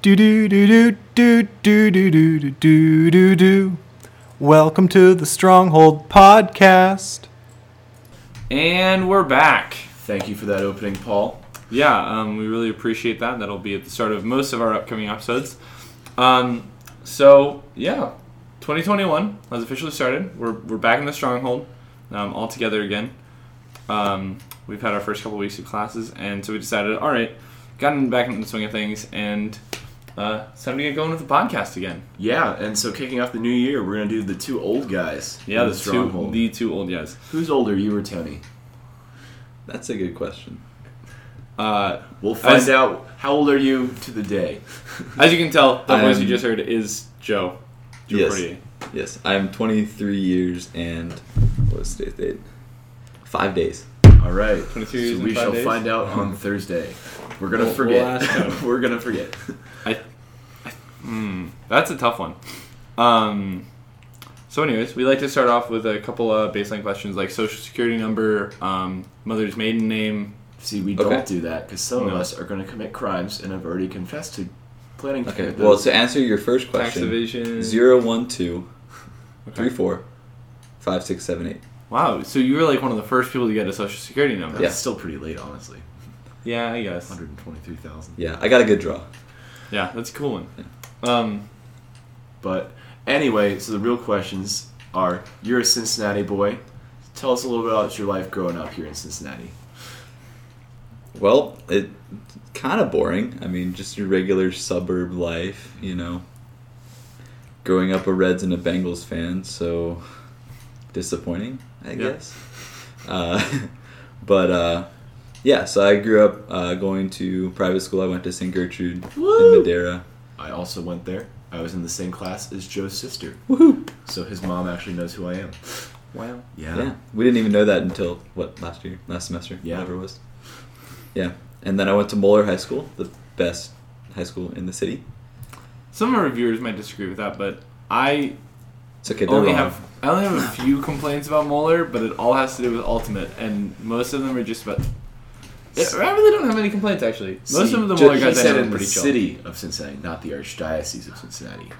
Do do do do do do do do do do do do. Welcome to the Stronghold Podcast. And we're back. Thank you for that opening, Paul. Yeah, um, we really appreciate that. That'll be at the start of most of our upcoming episodes. Um, so, yeah, 2021 has officially started. We're, we're back in the stronghold, um, all together again. Um, we've had our first couple weeks of classes, and so we decided, all right, gotten back into the swing of things, and uh, it's time to get going with the podcast again. Yeah, and so kicking off the new year, we're gonna do the two old guys. Yeah, in the, two, stronghold. the two old guys. Who's older, you or Tony? That's a good question. Uh, We'll find As- out how old are you to the day. as you can tell, the I voice you am- just heard is Joe. Joe Yes. Cordier. Yes, I'm 23 years and what was today's date? Five days. All right, 22 years so and we five shall days? find out on Thursday. We're gonna We'll- forget. we'll ask him. we're gonna forget. I, I mm, that's a tough one. Um, so, anyways, we like to start off with a couple of baseline questions like social security number, um, mother's maiden name. See, we Okay. don't do that because some No. of us are gonna commit crimes, and I've already confessed to planning. to Okay. commit Well, those. to answer your first Tax question, evasion. zero one two three Okay. four five six seven eight. Wow, so you were like one of the first people to get a social security number. that's yeah. Uh, still pretty late, honestly. Yeah, I guess. One hundred twenty-three thousand. Yeah, I got a good draw. Yeah, that's a cool one. Um, But anyway, so the real questions are: You're a Cincinnati boy. Tell us a little bit about your life growing up here in Cincinnati. Well, it kind of boring. I mean, just your regular suburb life, you know. Growing up a Reds and a Bengals fan, so disappointing, I guess. Uh, but uh, yeah, so I grew up uh, going to private school. I went to St. Gertrude in Woo! Madeira. I also went there. I was in the same class as Joe's sister. Woohoo! So his mom actually knows who I am. wow. Yeah, we didn't even know that until what last year, last semester, Yeah. whatever it was. Yeah, and then I went to Moeller High School, the best high school in the city. Some of our viewers might disagree with that, but I It's okay. they're only wrong. have I only have a few complaints about Moeller, but it all has to do with Ultimate, and most of them are just about. Yeah, I really don't have any complaints actually. Most See, of the Joe- Moeller he guys I said know in are pretty the chill. city of Cincinnati, not the archdiocese of Cincinnati.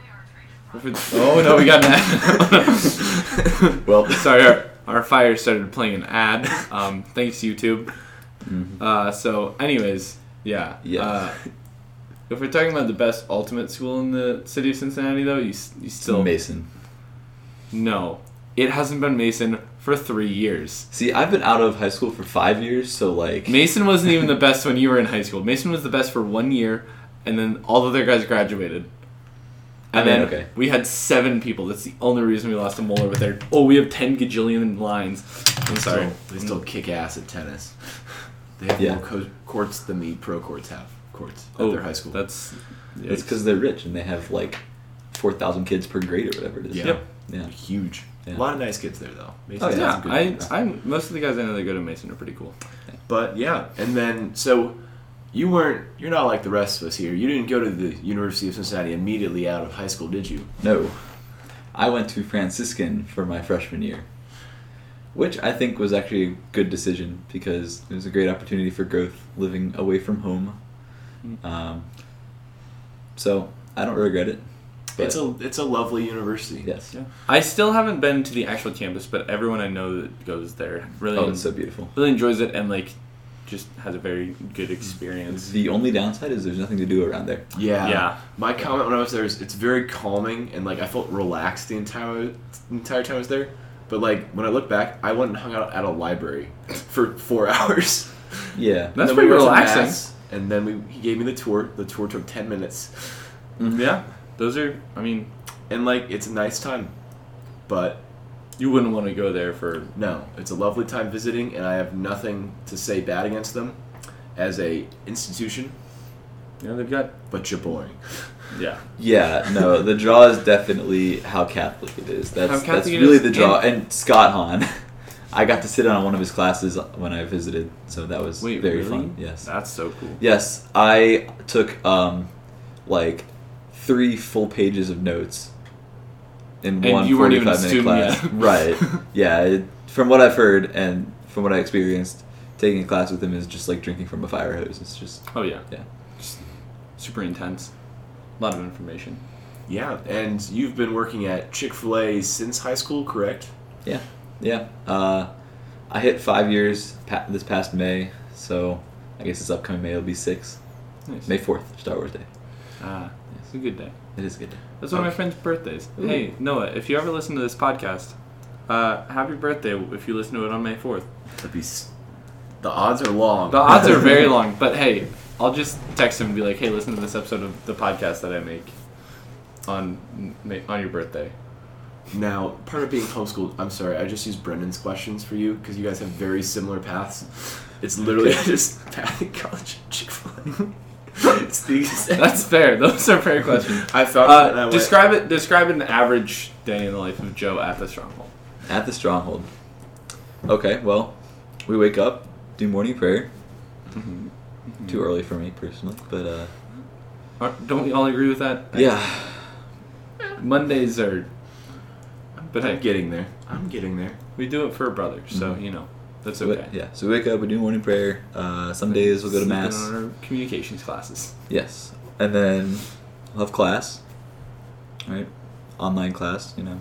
If it's- Oh no, we got an ad. Well, Sorry, our, our fire started playing an ad. Um, thanks YouTube. Uh, so, anyways, yeah. Mm-hmm. Yeah. Uh, if we're talking about the best Ultimate school in the city of Cincinnati, though, you s- you still Mason. no. It hasn't been Mason for three years. See, I've been out of high school for five years, so like, Mason wasn't even the best when you were in high school. Mason was the best for one year, and then all the other guys graduated. And I mean, then okay. we had seven people. That's the only reason we lost to Moeller with their oh, we have ten gajillion lines. I'm sorry. Still, they still kick ass at tennis. They have Yeah. more co- courts than the pro courts have courts at oh, their high school. That's yeah. it's because they're rich and they have like four thousand kids per grade or whatever it is. Yeah. Yep. Yeah. huge. A Yeah. lot of nice kids there, though. Mason Oh, has yeah. some good I, kids. I most of the guys I know that go to Mason are pretty cool. But yeah, and then so you weren't you're not like the rest of us here. You didn't go to the University of Cincinnati immediately out of high school, did you? No, I went to Franciscan for my freshman year, which I think was actually a good decision because it was a great opportunity for growth, living away from home. Mm. Um, so I don't regret it. But It's a it's a lovely university. yes. I still haven't been to the actual campus, but everyone I know that goes there really Oh, it's so beautiful. really enjoys it and like just has a very good experience. The only downside is there's nothing to do around there. Yeah. Yeah. My comment when I was there is it's very calming and like I felt relaxed the entire entire time I was there. But like when I look back, I went and hung out at a library for four hours. Yeah. That's And then pretty went to relaxing. mass, and then we he gave me the tour. The tour took ten minutes, Mm-hmm. Yeah. Those are I mean, and like it's a nice time, but You wouldn't want to go there for No, it's a lovely time visiting, and I have nothing to say bad against them as a institution. you know they've got But you're boring. yeah Yeah, no, the draw is definitely how Catholic it is. That's How Catholic that's it really is, the draw. And, Scott Hahn, I got to sit on one of his classes when I visited, so that was wait very really? fun. Yes, that's so cool yes, I took um, like three full pages of notes in And one you weren't even a 45 minute class. student Right? Yeah, it, from what I've heard and from what I experienced, taking a class with him is just like drinking from a fire hose. It's just oh yeah yeah. Just super intense A lot of information. Yeah, and you've been working at Chick Fil A since high school, correct? Yeah, yeah. Uh, I hit five years pa- this past May, so I guess this upcoming May will be six. Nice. May fourth, Star Wars Day. Ah, it's a good day. It is a good day. That's one of my friend's birthdays. Ooh. Hey, Noah, if you ever listen to this podcast, uh, happy birthday if you listen to it on May 4th. That'd be s- the odds are long. The odds are very long, but hey, I'll just text him and be like, hey, listen to this episode of the podcast that I make on May, on your birthday. Now, part of being homeschooled, I'm sorry, I just used Brendan's questions for you because you guys have very similar paths. It's literally just path in college and Chick Fil A. it's the exact. That's fair. Those are fair questions. I thought of it and I Uh, went, describe it. Describe an average day in the life of Joe at the stronghold. At the stronghold. Okay, well, we wake up, do morning prayer. Mm-hmm. Too early for me personally, but uh, Aren't- Uh, Don't we all agree with that? yeah, Mondays are. But I'm hey, getting there. I'm getting there. we do it for a brother, so Mhm. you know that's so we- okay. yeah. So we wake up, we do morning prayer. Uh, some days we'll go to Sleeping mass. on our communications classes. Yes, and then we'll have class, right? Online class, you know.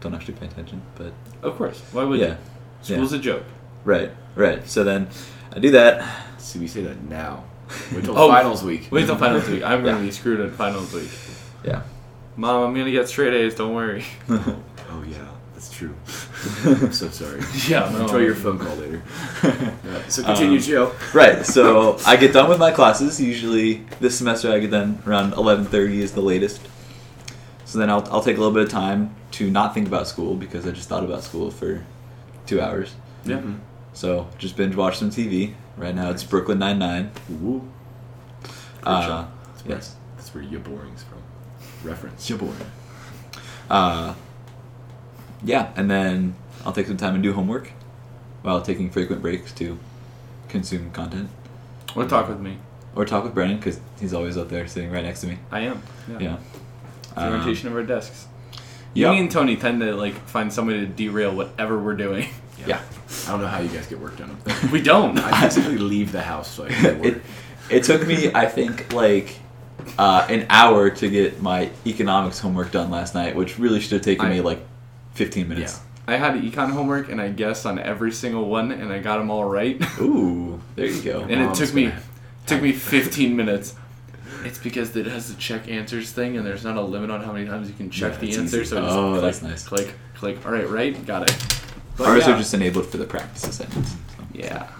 Don't actually pay attention, but Of course. Why would yeah, you? School's a joke. right, right. So then I do that. See, we say that now. Wait till Oh. finals week. Wait till finals week. I'm gonna Yeah. be screwed at finals week. Yeah. Mom, I'm gonna get straight A's. Don't worry. Oh yeah, that's true. I'm so sorry. Yeah. Enjoy your phone call later. Yeah, so continue, Um, Joe. Right, so I get done with my classes. Usually this semester I get done around 11:30 is the latest. So then I'll, I'll take a little bit of time to not think about school because I just thought about school for two hours. Yeah. Mm-hmm. So just binge watch some TV. Right now it's Brooklyn Nine Nine. Woo. Uh, That's where, yes. That's where your boring's from. Reference. Your boy. Uh, yeah, and then I'll take some time and do homework while taking frequent breaks to consume content Mm-hmm. Or talk with me. or talk with Brennan because he's always up there sitting right next to me. I am. Yeah. Yeah. uh, The rotation of our desks. yeah. You and Tony tend to like find somebody to derail whatever we're doing. Yeah. I don't know how you guys get work done up there. We don't. I basically leave the house so I can get work. it, it took me, I think, like uh, an hour to get my economics homework done last night, which really should have taken I- me like 15 minutes. I had econ homework and I guessed on every single one and I got them all right. Ooh, there you go. And it Mom's took me gonna- took me 15 minutes. It's because it has the check answers thing and there's not a limit on how many times you can check Yeah, the it's answer. easy. So I just Oh, click, that's nice. click, click. All right, right, got it. But Ours yeah. are just enabled for the practice assignments. so. yeah.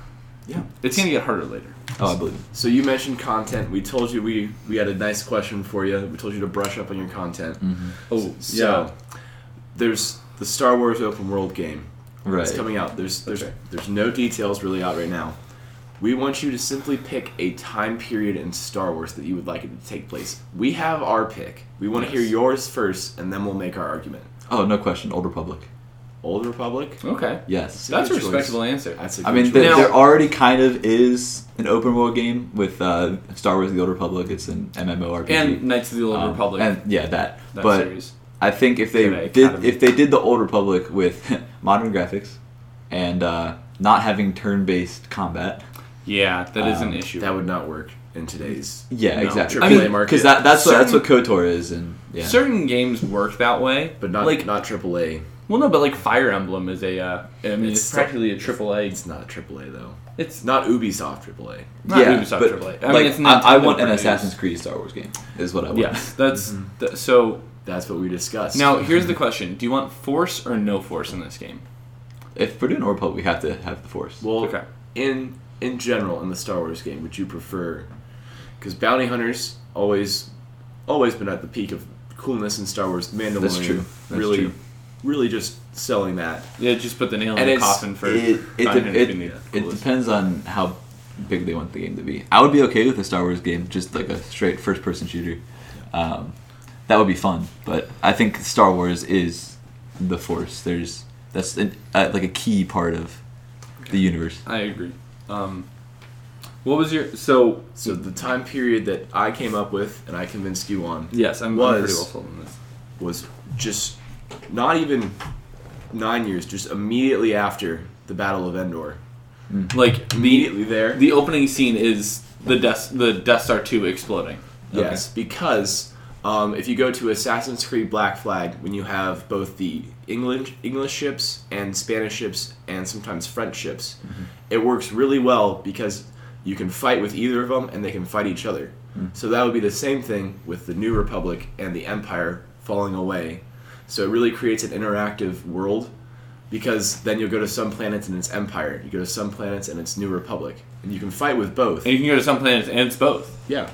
Yeah. It's gonna get harder later. Oh, I believe. it. So you mentioned content. We told you we we had a nice question for you. We told you to brush up on your content. Oh, So there's the Star Wars open world game. Right. It's coming out. There's there's Okay. there's no details really out right now. We want you to simply pick a time period in Star Wars that you would like it to take place. We have our pick. We want Yes. to hear yours first, and then we'll make our argument. Oh, no question. Old Republic. Old Republic. Okay. Yes. That's a Good choice. respectable answer. That's a I good mean, there, choice. Now- there already kind of is an open world game with uh, Star Wars: The Old Republic. It's an MMORPG. And Knights of the Old Um, Republic. And yeah, that. that but series. I think if they Jedi did, Academy. if they did the Old Republic with modern graphics, and uh, not having turn-based combat. Yeah, that is Um, an issue. that would not work in today's. Yeah, No, exactly. AAA I mean, market. because that, that's what, that's what Certain- KOTOR is, and yeah, Certain games work that way, But not like not AAA. well, no, but like Fire Emblem is a. Uh, I mean, it's, It's- practically a triple A. It's, It's not AAA though. it's It's not Ubisoft AAA. not yeah, Ubisoft but AAA. I I mean, like it's I, I Nintendo want an produced. Assassin's Creed Star Wars game. Is what I want. Yes, that's th- so. That's what we discussed. Now here's the question: Do you want force or no force in this game? If we're doing Old Republic, we have to have the Force. well, okay. in in general, in the Star Wars game, would you prefer? Because bounty hunters always always been at the peak of coolness in Star Wars. Mandalorian That's true. That's really, true. really just selling that. Yeah, just put the nail in And the it's- coffin for. it, it, Fine, de- it's it, gonna be it the coolest. depends on how big they want the game to be. I would be okay with a Star Wars game, just like a straight first person shooter. Um, that would be fun, but I think Star Wars is the Force. There's that's an, uh, like a key part of the universe. I agree. Um, what was your so? So the time period that I came up with and I convinced you on Yes, I'm, I'm Was- pretty well sold on this. was just not even nine years, just immediately after the Battle of Endor. Like the Immediately there. the opening scene is the Death the Death Star two exploding. Yes, because um, if you go to Assassin's Creed Black Flag, when you have both the England English ships and Spanish ships and sometimes French ships, it works really well because you can fight with either of them and they can fight each other. So that would be the same thing with the New Republic and the Empire falling away. So it really creates an interactive world because then you'll go to some planets and it's Empire, you go to some planets and it's New Republic, and you can fight with both. And you can go to some planets and it's both. Yeah.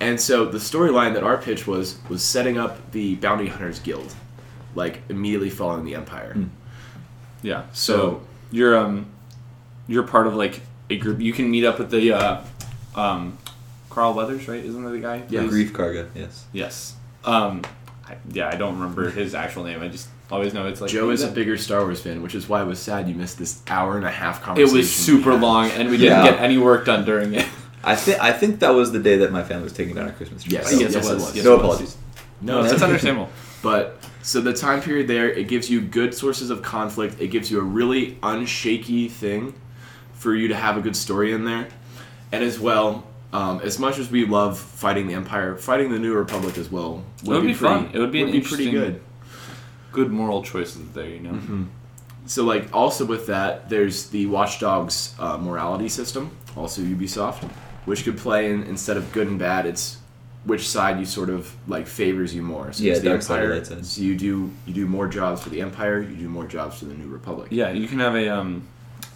And so the storyline that our pitch was was setting up the bounty hunters guild, like immediately following the empire. Yeah. Hmm. So, So- you're um you're part of like a group. You can meet up with the uh, um Carl Weathers, right? Isn't that the guy? Yeah. who's- Grief Karga, yes. Yes. Um. I, yeah, I don't remember his actual name. I just always know it's like Joe is a bigger Star Wars fan, which is why it was sad you missed this hour and a half It conversation. was super we had. long, and we Yeah. didn't get any work done during it. I think I think that was the day that my family was taking down our Christmas tree. Yes. so- Yes, it was. no apologies. No, that's that's understandable. But so the time period there, it gives you good sources of conflict. It gives you a really unshaky thing for you to have a good story in there. And as well, um, as much as we love fighting the Empire, fighting the New Republic as well It would be fun. It would be an pretty interesting- good. Good moral choices there, you know. So like also with that, there's the Watchdogs uh, morality system, also Ubisoft, which could play in instead of good and bad, it's which side you sort of like favors you more. So Yeah, it's the dark side or Empire. light side. So you do you do more jobs for the Empire, you do more jobs for the New Republic. Yeah, you can have a um,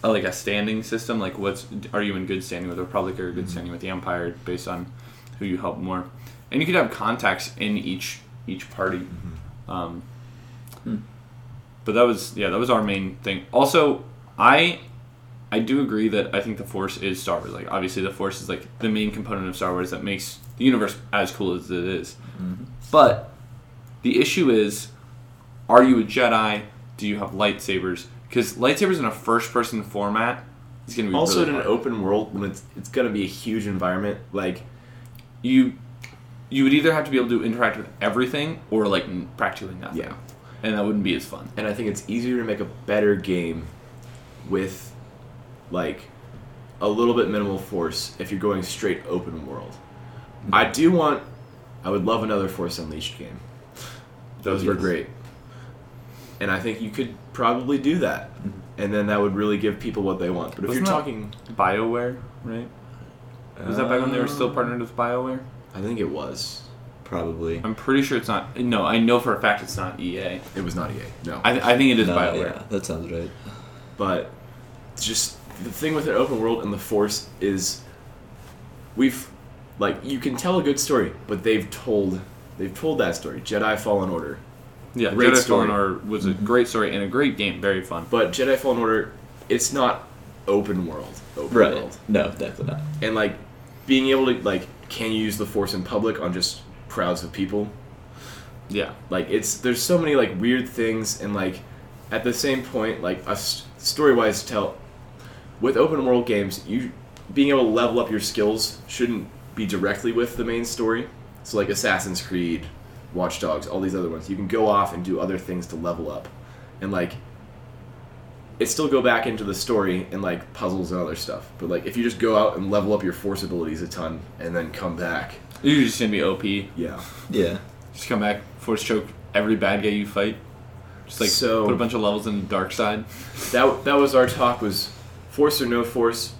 a, like a standing system. Like, what's are you in good standing with the Republic or good standing with the Empire based on who you help more? And you could have contacts in each each party. Um, But that was yeah, that was our main thing. Also, I I do agree that I think the Force is Star Wars. Like, obviously, the Force is like the main component of Star Wars that makes the universe as cool as it is. But the issue is are you a Jedi? Do you have lightsabers? Because lightsabers in a first-person format is going to be Also really in an hard. open world when it's it's gonna be a huge environment, like you you would either have to be able to interact with everything or like n- practically nothing. Yeah. and that wouldn't be as fun. and I think it's easier to make a better game with like a little bit minimal force if you're going straight open world. I do want I would love another Force Unleashed game. Those were Yes. great. And I think you could probably do that. And then that would really give people what they want. But if Wasn't you're that- talking Bioware, right? Was that back when they were still Um, partnered with Bioware? I think it was. Probably. I'm pretty sure it's not. No, I know for a fact it's not EA. It was not E EA. No. I, I think it is No, Bioware. yeah, that sounds right. but it's just the thing with an open world and the force is we've like you can tell a good story but they've told they've told that story jedi fallen order Yeah, Great Jedi story. Fallen Order was a great story and a great game, very fun. but jedi fallen order it's not open world open Right. world No, definitely not. and like being able to like can you use the force in public on just crowds of people Yeah, like it's there's so many like weird things and like at the same point like us story wise tell with open world games you being able to level up your skills shouldn't be directly with the main story so like assassin's creed watch dogs all these other ones you can go off and do other things to level up and like it still go back into the story and like puzzles and other stuff but like if you just go out and level up your force abilities a ton and then come back you're just gonna be OP. yeah Yeah. Just come back, force choke every bad guy you fight. Just like So- put a bunch of levels in the dark side. that that was our talk was force or no force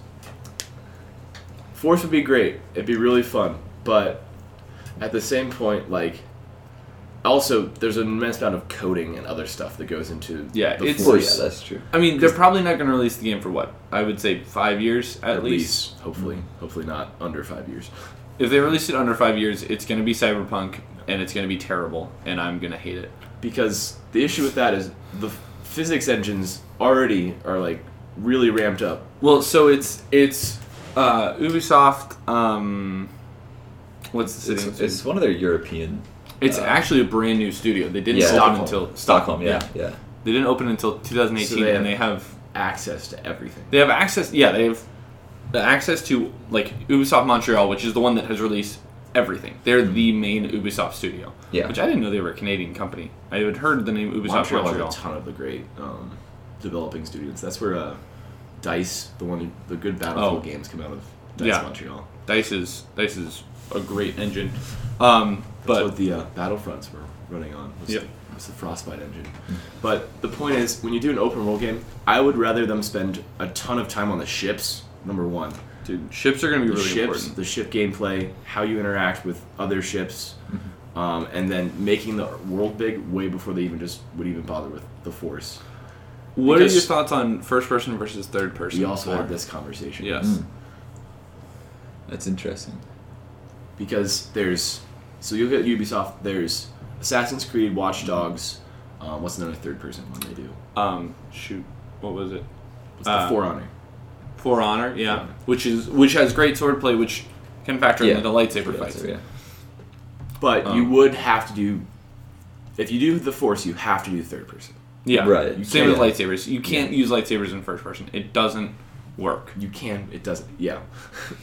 force would be great it'd be really fun but at the same point like also there's an immense amount of coding and other stuff that goes into Yeah, the it's- Well, force yeah, that's true. I mean, they're probably not gonna release the game for what I would say five years at, least. at Mm-hmm. least, hopefully hopefully not under five years If they release it under five years, it's gonna be Cyberpunk and it's gonna be terrible, and I'm gonna hate it. because the issue with that is the physics engines already are like really ramped up Well, so it's it's uh, Ubisoft. Um, what's the city? It's, it's one of their European It's uh, actually a brand new studio. They didn't Yeah. open Stockholm. until Stockholm. Yeah, yeah. They didn't open until 2018, So they and have- they have access to everything they have access. Yeah, they have the access to like Ubisoft Montreal, which is the one that has released everything. They're the main Ubisoft studio. Yeah. which I didn't know they were a Canadian company. I had heard the name Ubisoft Montreal. Montreal has a ton of the great um, developing studios. That's where uh, Dice, the one, the good Battlefield Oh. games come out of. Dice Yeah. Montreal. Dice is Dice is a great engine, um, That's but what the uh, battlefronts were running on. Was, Yep. the, was the Frostbite engine. But the point is, when you do an open world game, I would rather them spend a ton of time on the ships. Number one, dude, ships are going to be the really ships, important. the ship gameplay, how you interact with other ships, Mm-hmm. um, and then making the world big way before they even just would even bother with the Force. What are your because- thoughts on first person versus third person? We also had this. this conversation. Yes. That's interesting. because there's so you look at Ubisoft. There's Assassin's Creed, Mm-hmm. Watch Dogs. Um, what's another third person one they do? Um, shoot, what was it? What's the Uh, For Honor? For Honor, yeah, which is which has great swordplay, which can factor Yeah. into the lightsaber fights. Yeah. But you um, would have to do if you do the Force, you have to do third person. Yeah, Right. You Same with can't- lightsabers. You can't use lightsabers in first person. It doesn't work. You can. It doesn't. Yeah.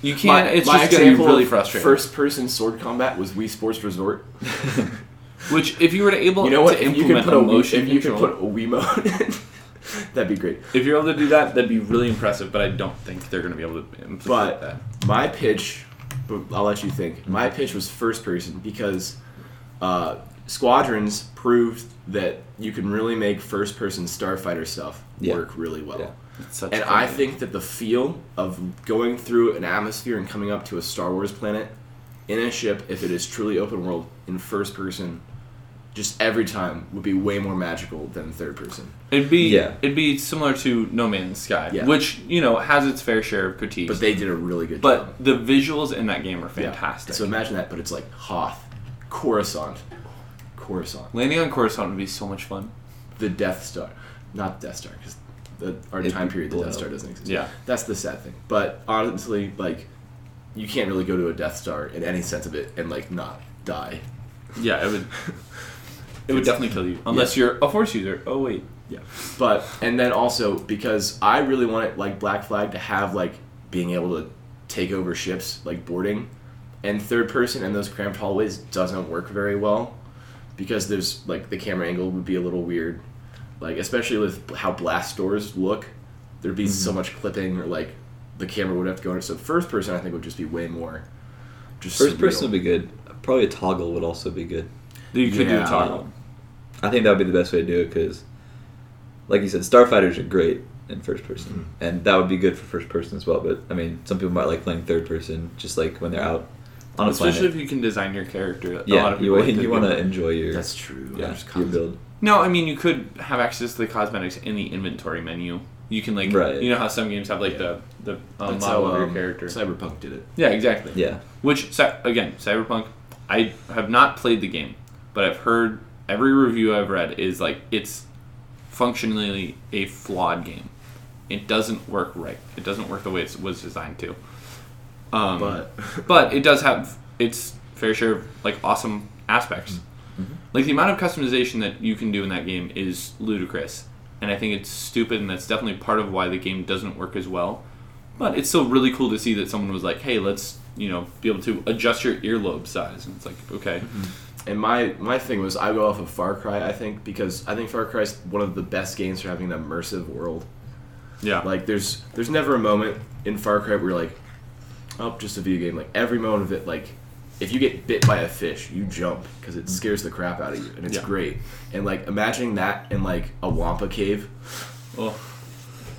You can't. it's just going to be example really of frustrating. First person sword combat was Wii Sports Resort. which, if you were to able You know what? to If you could implement put a a motion Wii, if you could control, put a Wii mode, that'd be great. if you're able to do that, that'd be really impressive. But I don't think they're going to be able to implement But that. my pitch, but I'll let you think. My pitch was first person because uh, Squadrons proved that you can really make first person starfighter stuff Yeah. work really well. Yeah. It's such And a I thing. think that the feel of going through an atmosphere and coming up to a Star Wars planet in a ship, if it is truly open world in first person, just every time would be way more magical than third person. it'd be Yeah. it'd be similar to No Man's Sky, Yeah. which you know has its fair share of critiques. But they did a really good job. But the visuals in that game are Yeah. fantastic. So imagine that, but it's like Hoth, Coruscant, Coruscant, Landing on Coruscant would be so much fun. the Death Star, not Death Star, because our It'd time period, the blow. Death Star doesn't exist. Yeah. that's the sad thing. But honestly, like, you can't really go to a Death Star in any sense of it and like not die. Yeah, it would. It would definitely kill you unless you're a force user. Oh wait, Yeah. But and then also because I really wanted like Black Flag to have like being able to take over ships like boarding, and third person in those cramped hallways doesn't work very well, because there's like the camera angle would be a little weird, like especially with how blast doors look, there'd be so much clipping or like the camera would have to go in. So first person I think would just be way more. Just First person surreal. would be good. Probably a toggle would also be good. Um, you could do a Yeah. toggle. I think that would be the best way to do it because, like you said, starfighters are great in first person, and that would be good for first person as well. But I mean, some people might like playing third person, just like when they're out on a Especially planet. if you can design your character. a yeah, lot of you, people like to you do want to that. enjoy your That's true. yeah Just your constant- build. No, I mean you could have access to the cosmetics in the inventory menu. You can like, Right. you know how some games have like the the um, That's model how, of your um, character. Cyberpunk did it. yeah, exactly. Yeah, Which cy- again, Cyberpunk, I have not played the game, but I've heard every review I've read is like it's functionally a flawed game. It doesn't work right. It doesn't work the way it was designed to. Um, But but it does have its fair share of like awesome aspects. Like the amount of customization that you can do in that game is ludicrous, and I think it's stupid, and that's definitely part of why the game doesn't work as well. But it's still really cool to see that someone was like, "Hey, let's you know be able to adjust your earlobe size," and it's like, okay, And my my thing was I go off of Far Cry I think because I think Far Cry is one of the best games for having an immersive world. yeah, Like there's there's never a moment in Far Cry where you're like, oh, just a video game. Like every moment of it, like if you get bit by a fish, you jump because it scares the crap out of you and it's Yeah. great. And like imagining that in like a Wampa cave, oh,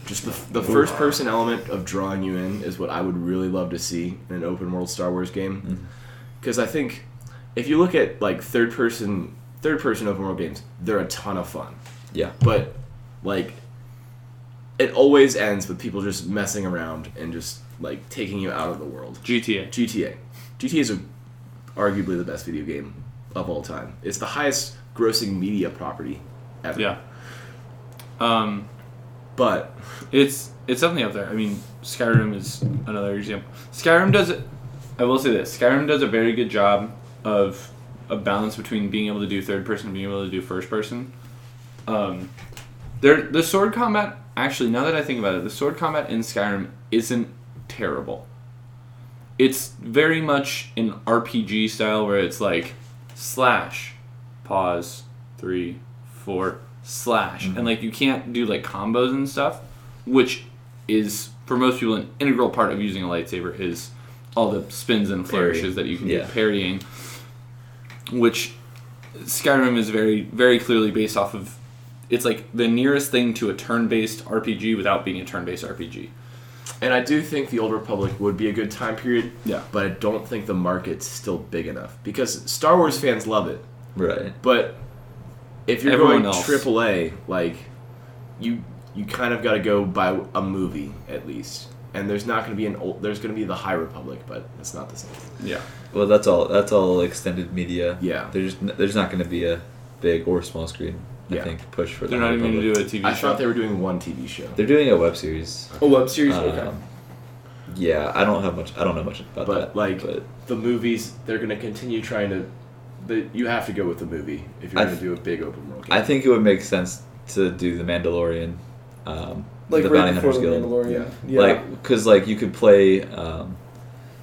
just the the first person element of drawing you in is what I would really love to see in an open world Star Wars game. Because I think if you look at like third person third person open world games, they're a ton of fun. yeah, But like it always ends with people just messing around and just like taking you out of the world. GTA, GTA. GTA is a, arguably the best video game of all time. It's the highest grossing media property ever. yeah, um, But it's it's definitely up there. I mean, Skyrim is another example. Skyrim does it. I will say this: Skyrim does a very good job of a balance between being able to do third person and being able to do first person. Um, there, the sword combat. Actually, now that I think about it, the sword combat in Skyrim isn't terrible. It's very much an RPG style where it's like slash, pause, three, four, slash, and like you can't do like combos and stuff, which is for most people an integral part of using a lightsaber is all the spins and flourishes that you can Yeah. do parrying, which Skyrim is very very clearly based off of. It's like the nearest thing to a turn-based RPG without being a turn-based RPG. And I do think the Old Republic would be a good time period. Yeah. But I don't think the market's still big enough because Star Wars fans love it. Right. But if you're Everyone going else. AAA, like you you kind of got to go by a movie at least. And there's not going to be an old. There's going to be the High Republic, but it's not the same. Yeah. Well, that's all. That's all extended media. Yeah. There's n- there's not going to be a big or small screen. I Yeah. think push for. They're the not even going to Republic. do a TV I show. thought they were doing one TV show. They're doing a web series. Oh, web series. Um, yeah, I don't have much. I don't know much about But that. like but the movies, they're going to continue trying to. The, you have to go with the movie if I you're going th- to do a big open world. Game. I think it would make sense to do the Mandalorian, um, Like the right Bounty before Hunters the Guild. Mandalorian. Yeah. Yeah. Like, because like you could play, um,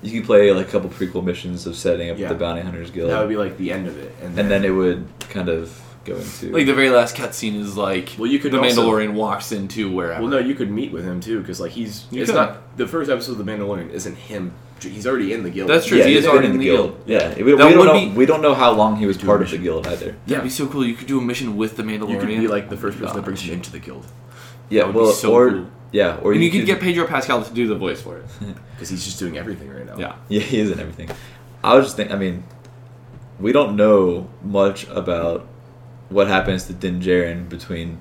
you could play like a couple prequel missions of setting up Yeah. the Bounty Hunters Guild, that would be like the end of it, and then, and then it would kind of go into Like the very last cutscene is like Well, you could the also- Mandalorian walks into wherever. Well, no, you could meet with him too, because like he's You it's could. not the first episode of the Mandalorian isn't him. He's already in the guild. That's true. yeah, he he's is been already in the guild. Yeah, we, we That don't would know. be- We don't know how long he was Do a part of the mission. guild either. That'd be so cool. You could do a mission with the Mandalorian. You could be like the first person that God. brings him into the guild Yeah, would be well, so or cool. yeah, or and you could get Pedro Pascal to do the voice for it. because he's just doing everything right now. Yeah. Yeah, he is in everything. I was just think. I mean, we don't know much about what happens to Din Djarin between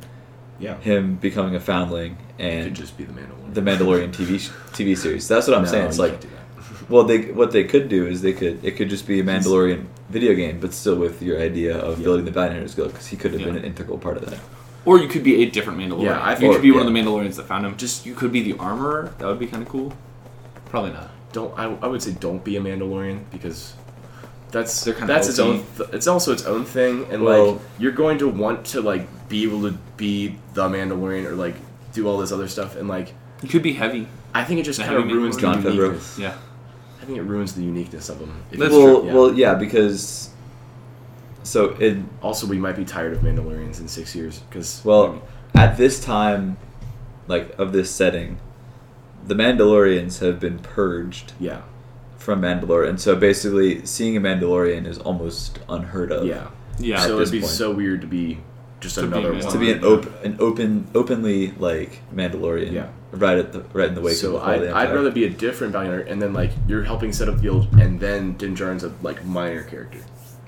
yeah. him becoming a foundling It could and just be the Mandalorian. the Mandalorian TV sh- TV series. That's what I'm No, saying. It's you like, can't do that. well, they what they could do is they could it could just be a Mandalorian video game, but still with your idea of Yeah. building the Bounty Hunters Guild because he could have been Yeah. an integral part of that. Or you could be a different Mandalorian. Yeah, I you think- could be or- one of the yeah. Mandalorians that found him. Just you could be the armorer. That would be kind of cool. Probably not. don't. I, I would say don't be a Mandalorian because that's They're kinda that's its OP. own. Th- it's also its own thing, and like Well- you're going to want to like be able to be the Mandalorian or like do all this other stuff, and like You could be heavy. I think it just The kind of heavy ruins the Mandalorian. John Favreau. uniqueness. Yeah. I think it ruins the uniqueness of them. If That's you- well, yeah. well, yeah, because so it also we might be tired of Mandalorians in six years because Well, at this time, like of this setting, the Mandalorians have been purged yeah, from Mandalorian. So basically, seeing a Mandalorian is almost unheard of. yeah, Yeah. So at it'd this be point. so weird to be just To be another Mandalorian. one. To be an open, an open, openly like Mandalorian. Yeah. Right at the right in the wake So of the fall of I'd, the I'd Empire. rather be a different bounty hunter, and then like you're helping set up the guild, and then Din Djarin's a like minor character,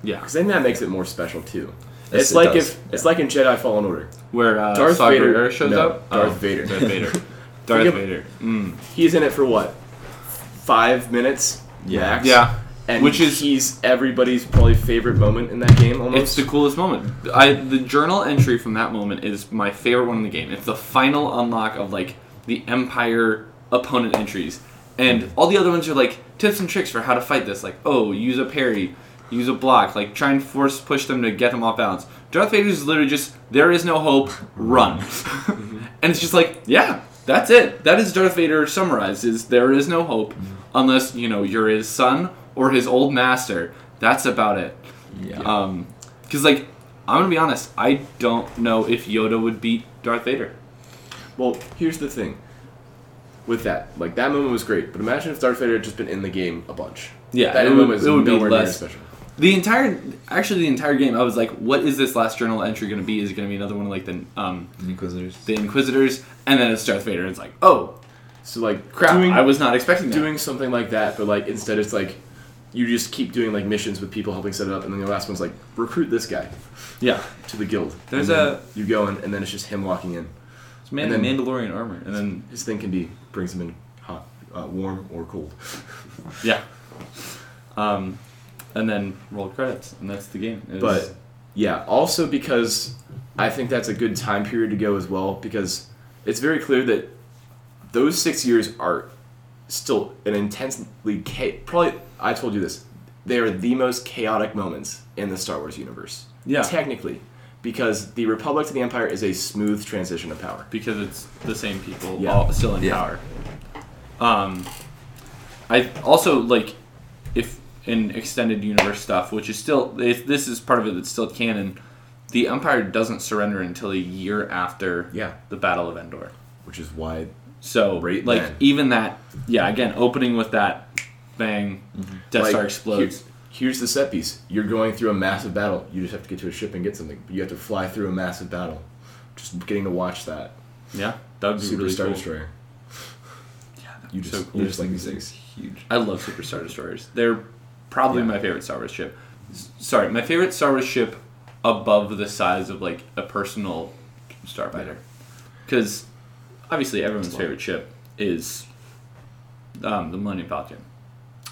Yeah. because then that makes it more special too. Yes, it's it like does. if it's like in Jedi Fallen Order, Where uh, Darth Saw Vader- Gerrera shows no, up. Oh, Darth Vader. Darth Vader. Darth Forget- Vader. Mm. he's in it for what five minutes Yeah. max, Yeah. and Which is- he's everybody's probably favorite moment in that game almost. It's the coolest moment. I the journal entry from that moment is my favorite one in the game. It's the final unlock of like the Empire opponent entries, and all the other ones are like tips and tricks for how to fight this. Like oh, use a parry, use a block, like try and force push them to get them off balance. Darth Vader is literally just there is no hope, run, and it's just like yeah. That's it. That is Darth Vader summarized. Is there is no hope, unless you know you're his son or his old master. That's about it. Yeah. Um, because like I'm gonna be honest, I don't know if Yoda would beat Darth Vader. Well, here's the thing. With that, like that moment was great, but imagine if Darth Vader had just been in the game a bunch. Yeah, that it moment would- was it would be nowhere less- near special. The entire, actually, the entire game, I was like, "What is this last journal entry gonna be? Is it gonna be another one like the um Inquisitors. the Inquisitors?" And then it's Darth Vader. And it's like, "Oh So like crap! doing, I was not expecting that." doing something like that, but like instead it's like you just keep doing like missions with people helping set it up, and then the last one's like recruit this guy yeah, to the guild. There's And then a- you go in, and then it's just him walking in. it's man and in then- Mandalorian armor, and then His thing can be brings him in hot, uh, warm or cold. yeah, um, and then roll credits, and that's the game. It was- But yeah, also because I think that's a good time period to go as well because it's very clear that those six years are still an intensely cha- probably I told you this they are the most chaotic moments in the Star Wars universe. Yeah. technically, because the Republic to the Empire is a smooth transition of power. because it's the same people Yeah. all still in Yeah. power. Um, I also like if in extended universe stuff, which is still if this is part of it that's still canon. The Empire doesn't surrender until a year after Yeah. the Battle of Endor. Which is why So Right like then. even that, yeah. Again, opening with that bang, Death Mm-hmm. Like, Star explodes. here- here's the set piece. You're going through a massive battle. You just have to get to a ship and get something. But you have to fly through a massive battle. Just getting to watch that Yeah, that would be Super really Star cool. Destroyer. Yeah, You so just cool. you just like these things. huge. I love Super Star Destroyers. They're probably Yeah. my favorite Star Wars ship. S- Sorry, my favorite Star Wars ship above the size of like a personal starfighter. Because obviously everyone's favorite ship is um, the Millennium Falcon.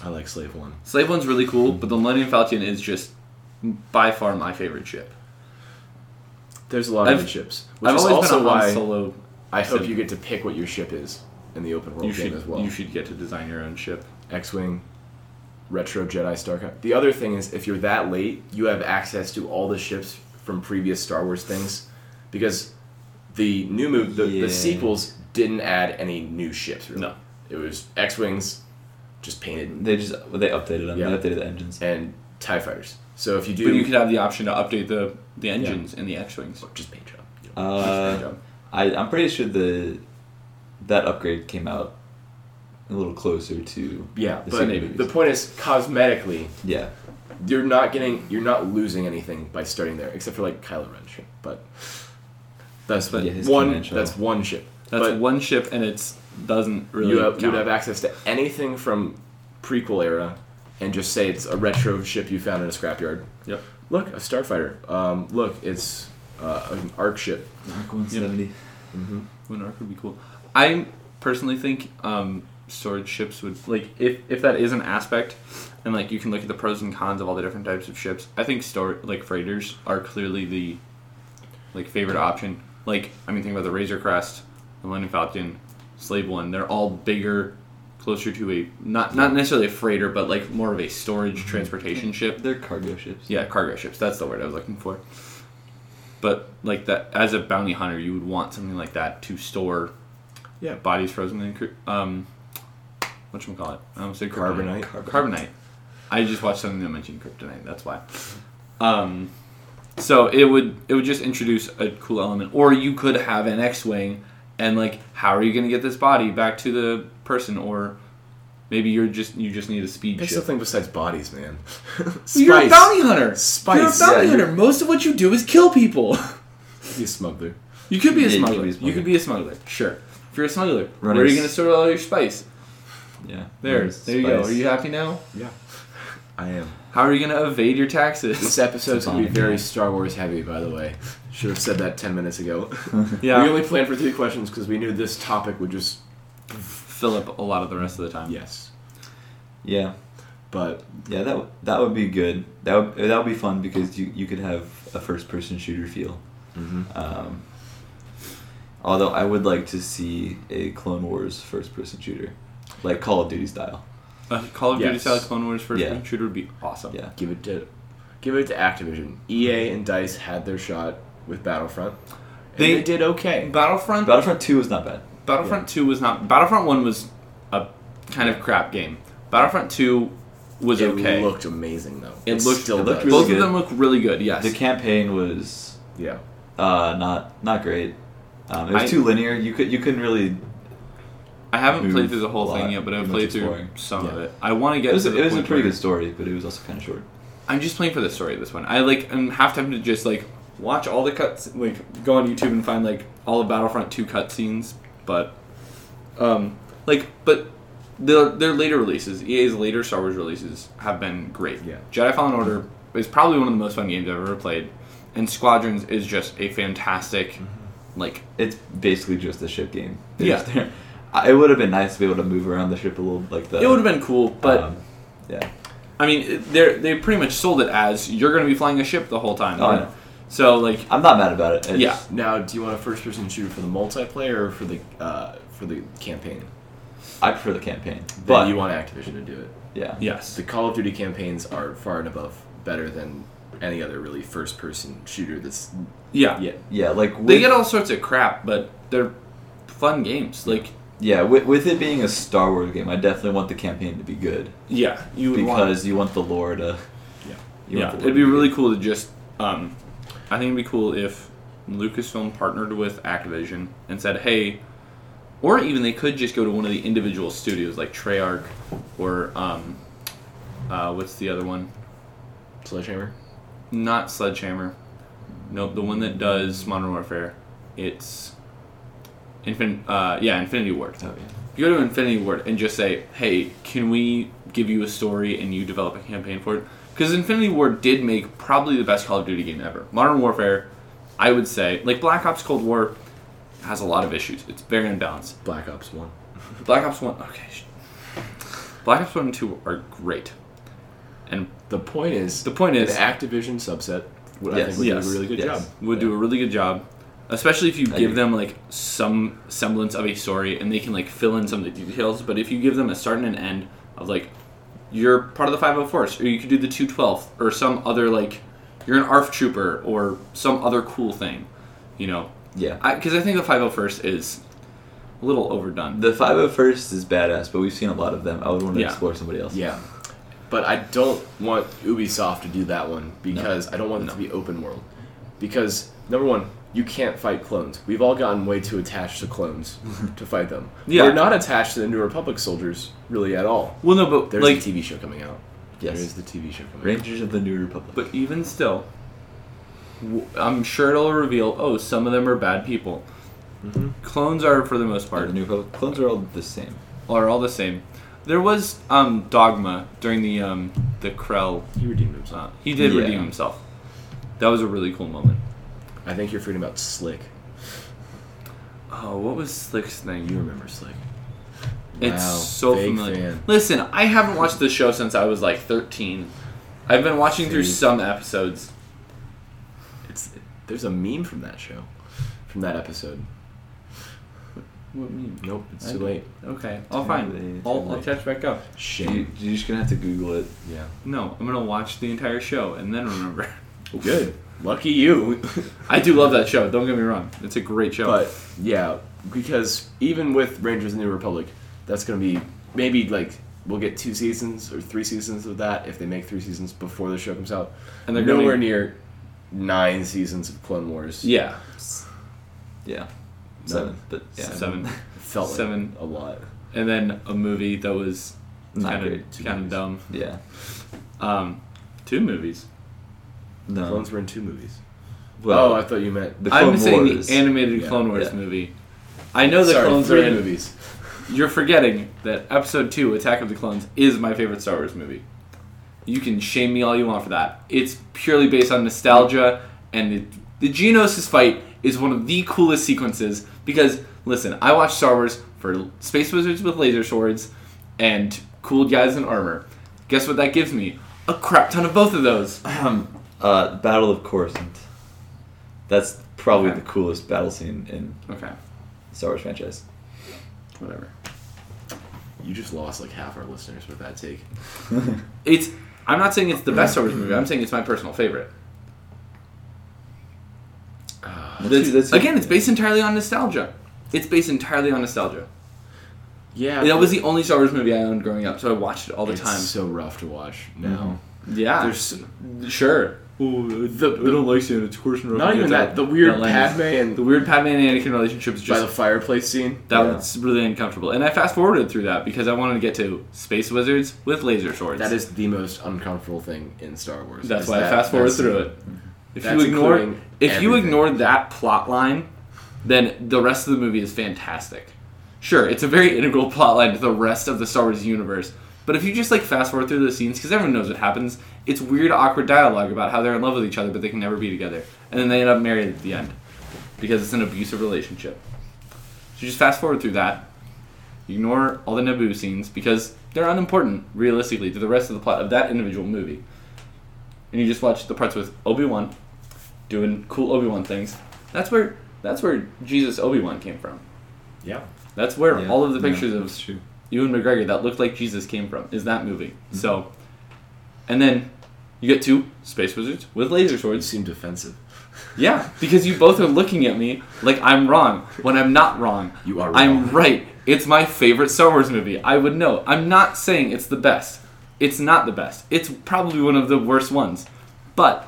I like Slave One. Slave One's really cool, but the Millennium Falcon is just by far my favorite ship. There's a lot I've- of good ships, which I've is always also been a Han why Solo. I hope fan. you get to pick what your ship is in the open world You game should as well. you should get to design your own ship. X-wing, retro Jedi Starcraft. The other thing is, if you're that late, you have access to all the ships from previous Star Wars things, because the new move, the, Yeah. the sequels didn't add any new ships. Really. No. it was X-wings, just painted They just they updated them. Yeah. They updated the engines. and Tie fighters. So if you do, But you could have the option to update the the engines in the X-wings. just paint job. You know, Uh, just paint job. I I'm pretty sure the that upgrade came out a little closer to Yeah, the same but movies. the point is, cosmetically, yeah. you're not getting you're not losing anything by starting there except for like Kylo Ren ship but that's But- Yeah, his one conventional. that's one ship That's but one ship, and it's doesn't really. you have, you'd count. have access to anything from prequel era and just say it's a retro ship you found in a scrapyard Yep. look a starfighter um, look it's uh, an arc ship Mark 170. One arc would be cool. I personally think um, storage ships would like if if that is an aspect, and like you can look at the pros and cons of all the different types of ships. I think stor like freighters are clearly the like favorite option. Like I mean, think about the Razor Crest, the Millennium Falcon, Slave One. They're all bigger, closer to a not not necessarily a freighter, but like more of a storage transportation ship. They're cargo ships. Yeah, cargo ships. That's the word I was looking for. But like that, as a bounty hunter, you would want something like that to store. Yeah. Bodies frozen in. cr- Um, what you call it? I almost said Carbonite. Carbonite. Carbonite. I just watched something that mentioned kryptonite. That's why. Um, so it would it would just introduce a cool element, or you could have an X-wing, and like, how are you going to get this body back to the person, or maybe you're just you just need a speed pick ship. something besides bodies man You're a Spice. bounty hunter. Spice. You're a bounty Yeah, hunter. Most of what you do is kill people. you smuggler You could be a Yeah, you could smuggler. be a You smuggler. could be a smuggler. Sure. If you're a smuggler, where are Runners. you going to store all your spice? Yeah. There. There's There you go. spice. Are you happy now? yeah I am How are you going to evade your this taxes? episode's gonna be It's a very bomb. Star Wars heavy by the way should have said that 10 minutes ago yeah. We only planned for three questions because we knew this topic would just fill up a lot of the rest of the time. yes, Yeah. but Yeah, that w- that would be good. That would that would be fun because you you could have a first person shooter feel. Um, although I would like to see a Clone Wars first person shooter, like Call of Duty style. Uh, Call of Duty Yes. style Clone Wars first Yeah. person shooter would be awesome. Yeah. give it to give it to Activision. EA and Dice had their shot with Battlefront. and They- they, did okay. Battlefront Battlefront Two is not bad. Battlefront 2 was not Battlefront 1 was a kind of crap game. Battlefront 2 was It okay. looked amazing though. it looked, still it looked does. really both good. of them look really good. Yes. The campaign was Yeah, uh, not not great. Um, it was I- too linear. You could you couldn't really. I haven't played move through the whole a thing lot, yet, but even I've though played it's through boring. some of Yeah. it. I want to get It was to a, the it was a point pretty where- good story, but it was also kind of short. I'm just playing for the story of this one. I like and half time to just like watch all the cuts, like go on YouTube and find like all the Battlefront two cutscenes. But, um, like, but their their later releases, EA's later Star Wars releases have been great. Yeah. Jedi Fallen Order is probably one of the most fun games I've ever played, and Squadrons is just a fantastic, Mm-hmm. like, It's basically just a ship game. Yeah. Just there. I- It would have been nice to be able to move around the ship a little, like the. it would have been cool, but. um, yeah. I mean, they they pretty much sold it as you're going to be flying a ship the whole time. Oh, I know. So like, I'm not mad about it. I Yeah. just- Now, do you want a first-person shooter for the multiplayer or for the uh, for the campaign? I prefer the campaign. But But you want Activision to do it. yeah. yes, The Call of Duty campaigns are far and above better than any other really first-person shooter that's yeah, yet. Yeah, like with, They get all sorts of crap, but they're fun games. Like, yeah, with, with it being a Star Wars game, I definitely want the campaign to be good yeah, you would want. because you want the lore to. Yeah. yeah, you want the lore it'd to be really good. cool to just. Um, I think it'd be cool if Lucasfilm partnered with Activision and said, "Hey, or even they could just go to one of the individual studios like Treyarch or um, uh, what's the other one? Sledgehammer. Not Sledgehammer. Nope, the one that does Modern Warfare. It's Infin- uh, yeah, Infinity Ward. Oh yeah. If you go to Infinity Ward and just say, "Hey, can we give you a story and you develop a campaign for it?" Because Infinity Ward did make probably the best Call of Duty game ever. Modern Warfare, I would say, like Black Ops Cold War, has a lot of issues. It's very unbalanced. Black Ops One. Black Ops One, okay, sh- Black Ops One and Two are great, and The point is, the point is, the Activision subset. Would, I Yes. think would Yes. do a really good Yes. job. would do a really good job, especially if you I give agree. them like some semblance of a story and they can like fill in some of the details. But if you give them a start and an end of like you're part of the 504th, or you could do the 212th, or some other like you're an ARF trooper or some other cool thing, you know, Yeah. because I, think the 501st is a little overdone. The 501st is badass, but we've seen a lot of them. I would want to Yeah. explore somebody else. Yeah. But I don't want Ubisoft to do that one because I don't want it to be open world. Because number one, you can't fight clones. We've all gotten way too attached to clones to fight them. Yeah. We're not attached to the New Republic soldiers really at all. well, no, but There's like a TV show coming out. Yes. There is the TV show coming out. Rangers of the New Republic. But even still, w- I'm sure it'll reveal. Oh, some of them are bad people. Clones are, for the most Or part, the New Republic. Clones are all the same. are all the same. There was um, dogma during the um, the Krell. He redeemed himself. Uh, he did Yeah. redeem himself. That was a really cool moment. I think you're forgetting about Slick. Oh, what was Slick's thing? You remember Slick. It's Wow, so big familiar. fan. Listen, I haven't watched the show since I was like 13. I've been watching through Jeez. some episodes. It's there's a meme from that show. From that episode. What meme? Nope, it's I too don't- late. Okay, I'll Too find. late, it. too I'll, I'll late. catch back up. You, Shame. you're just gonna have to Google it. Yeah. No, I'm gonna watch the entire show and then remember. Good. Lucky you. I do love that show. Don't get me wrong; it's a great show. But yeah, because even with Rangers of the New Republic, that's gonna be maybe like we'll get two seasons or three seasons of that if they make three seasons before the show comes out. And they're nowhere gonna- near nine seasons of Clone Wars. yeah, Yeah. Seven. But yeah. seven, felt like Seven. a lot. and then a movie that was Not kind great. of Two kind of movies. dumb. Yeah. Um, two movies. Um, No. Clones were in two movies. well, oh, I thought you meant the I'm Clone saying Wars. the animated Yeah, Clone Wars yeah. movie. I know the Sorry, clones are three in. movies. You're forgetting that Episode Two, Attack of the Clones, is my favorite Star Wars movie. You can shame me all you want for that. It's purely based on nostalgia, and it, the Geonosis fight is one of the coolest sequences because listen, I watched Star Wars for space wizards with laser swords and cool guys in armor. Guess what that gives me? A crap ton of both of those. Um, uh, Battle of Coruscant. That's probably Okay. the coolest battle scene in Okay, Star Wars franchise. whatever. You just lost like half our listeners with that take. It's. I'm not saying it's the best Star Wars movie. I'm saying it's my personal favorite. That's- that's- Again, it's based entirely on nostalgia. It's based entirely on nostalgia. Yeah, That was the only Star Wars movie I owned growing up, so I watched it all the it's time. Mm-hmm. so rough to watch now. yeah, There's sure. the- I don't like seeing it's course and not even that. The weird Padme and the weird Padme and Anakin relationship is by the just fireplace scene. that Yeah. was really uncomfortable. And I fast forwarded through that because I wanted to get to space wizards with laser swords. That is the most uncomfortable thing in Star Wars. that's is why I that- fast forward that's- through it. If you That's ignore if including you everything. ignore that plot line, then the rest of the movie is fantastic. Sure, it's a very integral plot line to the rest of the Star Wars universe. But if you just like fast forward through the scenes, because everyone knows what happens, it's weird, awkward dialogue about how they're in love with each other, but they can never be together, and then they end up married at the end because it's an abusive relationship. So just fast forward through that. Ignore all the Naboo scenes because they're unimportant, realistically, to the rest of the plot of that individual movie. And you just watch the parts with Obi Wan doing cool Obi Wan things. That's where that's where Jesus Obi Wan came from. Yeah. That's where Yeah, all of the yeah, pictures that's of true. Mm-hmm. Ewan McGregor that looked like Jesus came from is that movie. So, and then you get two space wizards with laser You swords. seem defensive. Yeah, because you both are looking at me like I'm wrong when I'm not wrong. You are I'm wrong. right. It's my favorite Star Wars movie. I would know. I'm not saying it's the best. It's not the best. It's probably one of the worst ones. But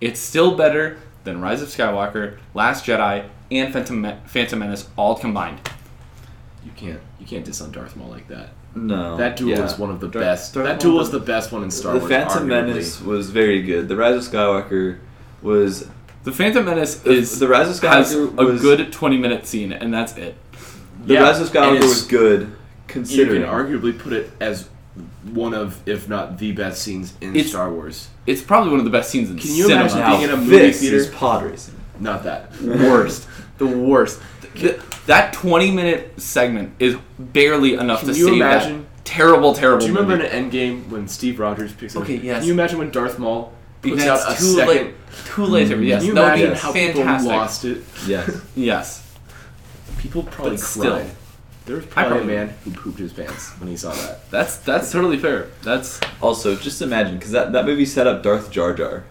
it's still better than Rise of Skywalker, Last Jedi, and Phantom, Me- Phantom Menace all combined. You can't you can't diss on Darth Maul like that. No. That duel yeah. is one of the Darth- best. Darth that Maul- duel was the best one in Star the Wars. Phantom arguably. Menace was very good. The Rise of Skywalker was The Phantom Menace the, is the Rise of has a Skywalker was good 20 minute scene, and that's it. The Yeah, Rise of and Skywalker it's- was good. You Considering can arguably put it as one of, if not the best scenes in It's- Star Wars. It's probably one of the best scenes in Can you cinema. imagine how being in a movie this theater- is pod racing. Not that. worst. The worst. Th- that 20 minute segment is barely enough Can to you save imagine- that terrible, terrible Do you remember movie. in Endgame when Steve Rogers picks up? Okay, yes. Can you imagine when Darth Maul puts That's out a too second? late. Too late. Mm. Yes, Can you that would imagine be how fantastic. people lost it? Yes. Yes. People probably But still. cried. There was probably, probably a man who pooped his pants when he saw that. That's that's totally fair. That's Also, just imagine because that, that movie set up Darth Jar Jar,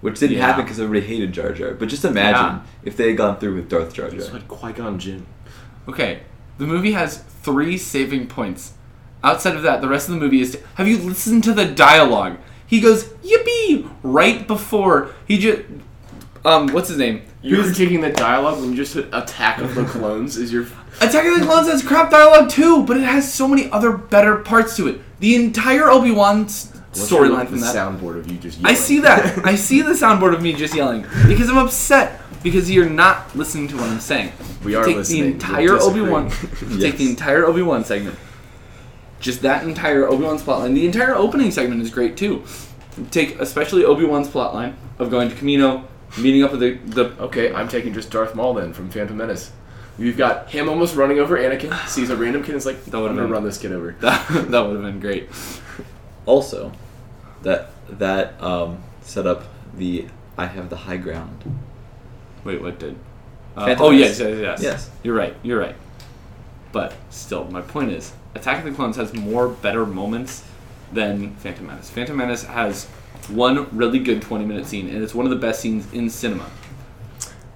which didn't Yeah. happen because everybody hated Jar Jar. But just imagine Yeah. if they had gone through with Darth Jar Just Jar. like Qui Gon Jinn. okay. The movie has three saving points. Outside of that, the rest of the movie is. have you listened to the dialogue? He goes yippee right before he just. Um, what's his name? You were Who's- taking the dialogue when you just said Attack of the Clones is your. Attack of the Clones has crap dialogue too, but it has so many other better parts to it. The entire Obi Wan storyline the from that. soundboard of you just. I Yelling. see that. I see the soundboard of me just yelling because I'm upset because you're not listening to what I'm saying. We You are take listening. the We're entire Obi disagreeing. Wan. Take the Yes. entire Obi Wan segment. Just that entire Obi Wan plotline. The entire opening segment is great too. Take especially Obi Wan's plotline of going to Camino, meeting up with the, the Okay, I'm taking just Darth Maul then from Phantom Menace. We've got him almost running over Anakin. Sees a random kid and is like, I'm would've gonna been- run this kid over. that, that would have been great. Also, that that um, set up the I have the high ground. Wait, what did? Uh, Phantom oh yes, Menace. yes, yes, Yes. You're right. You're right. But still, my point is, Attack of the Clones has more better moments than Phantom Menace. Phantom Menace has one really good 20 minute scene, and it's one of the best scenes in cinema.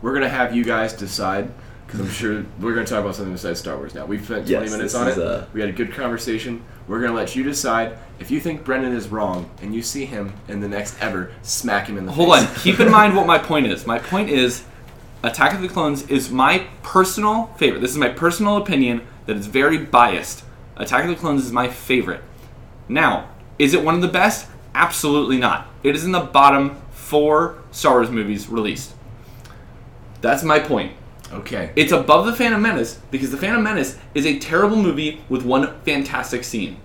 We're gonna have you guys decide because I'm sure we're gonna talk about something besides Star Wars now. We've spent 20 Yes, minutes this on is, it. uh, We had a good conversation. We're gonna let you decide. If you think Brendan is wrong and you see him in the next ever, smack him in the Hold face. on. Keep in mind what my point is. My point is, Attack of the Clones is my personal favorite. This is my personal opinion that is very biased. Attack of the Clones is my favorite. Now, is it one of the best? Absolutely not. It is in the bottom four Star Wars movies released. That's my point. Okay. It's above the Phantom Menace because the Phantom Menace is a terrible movie with one fantastic scene.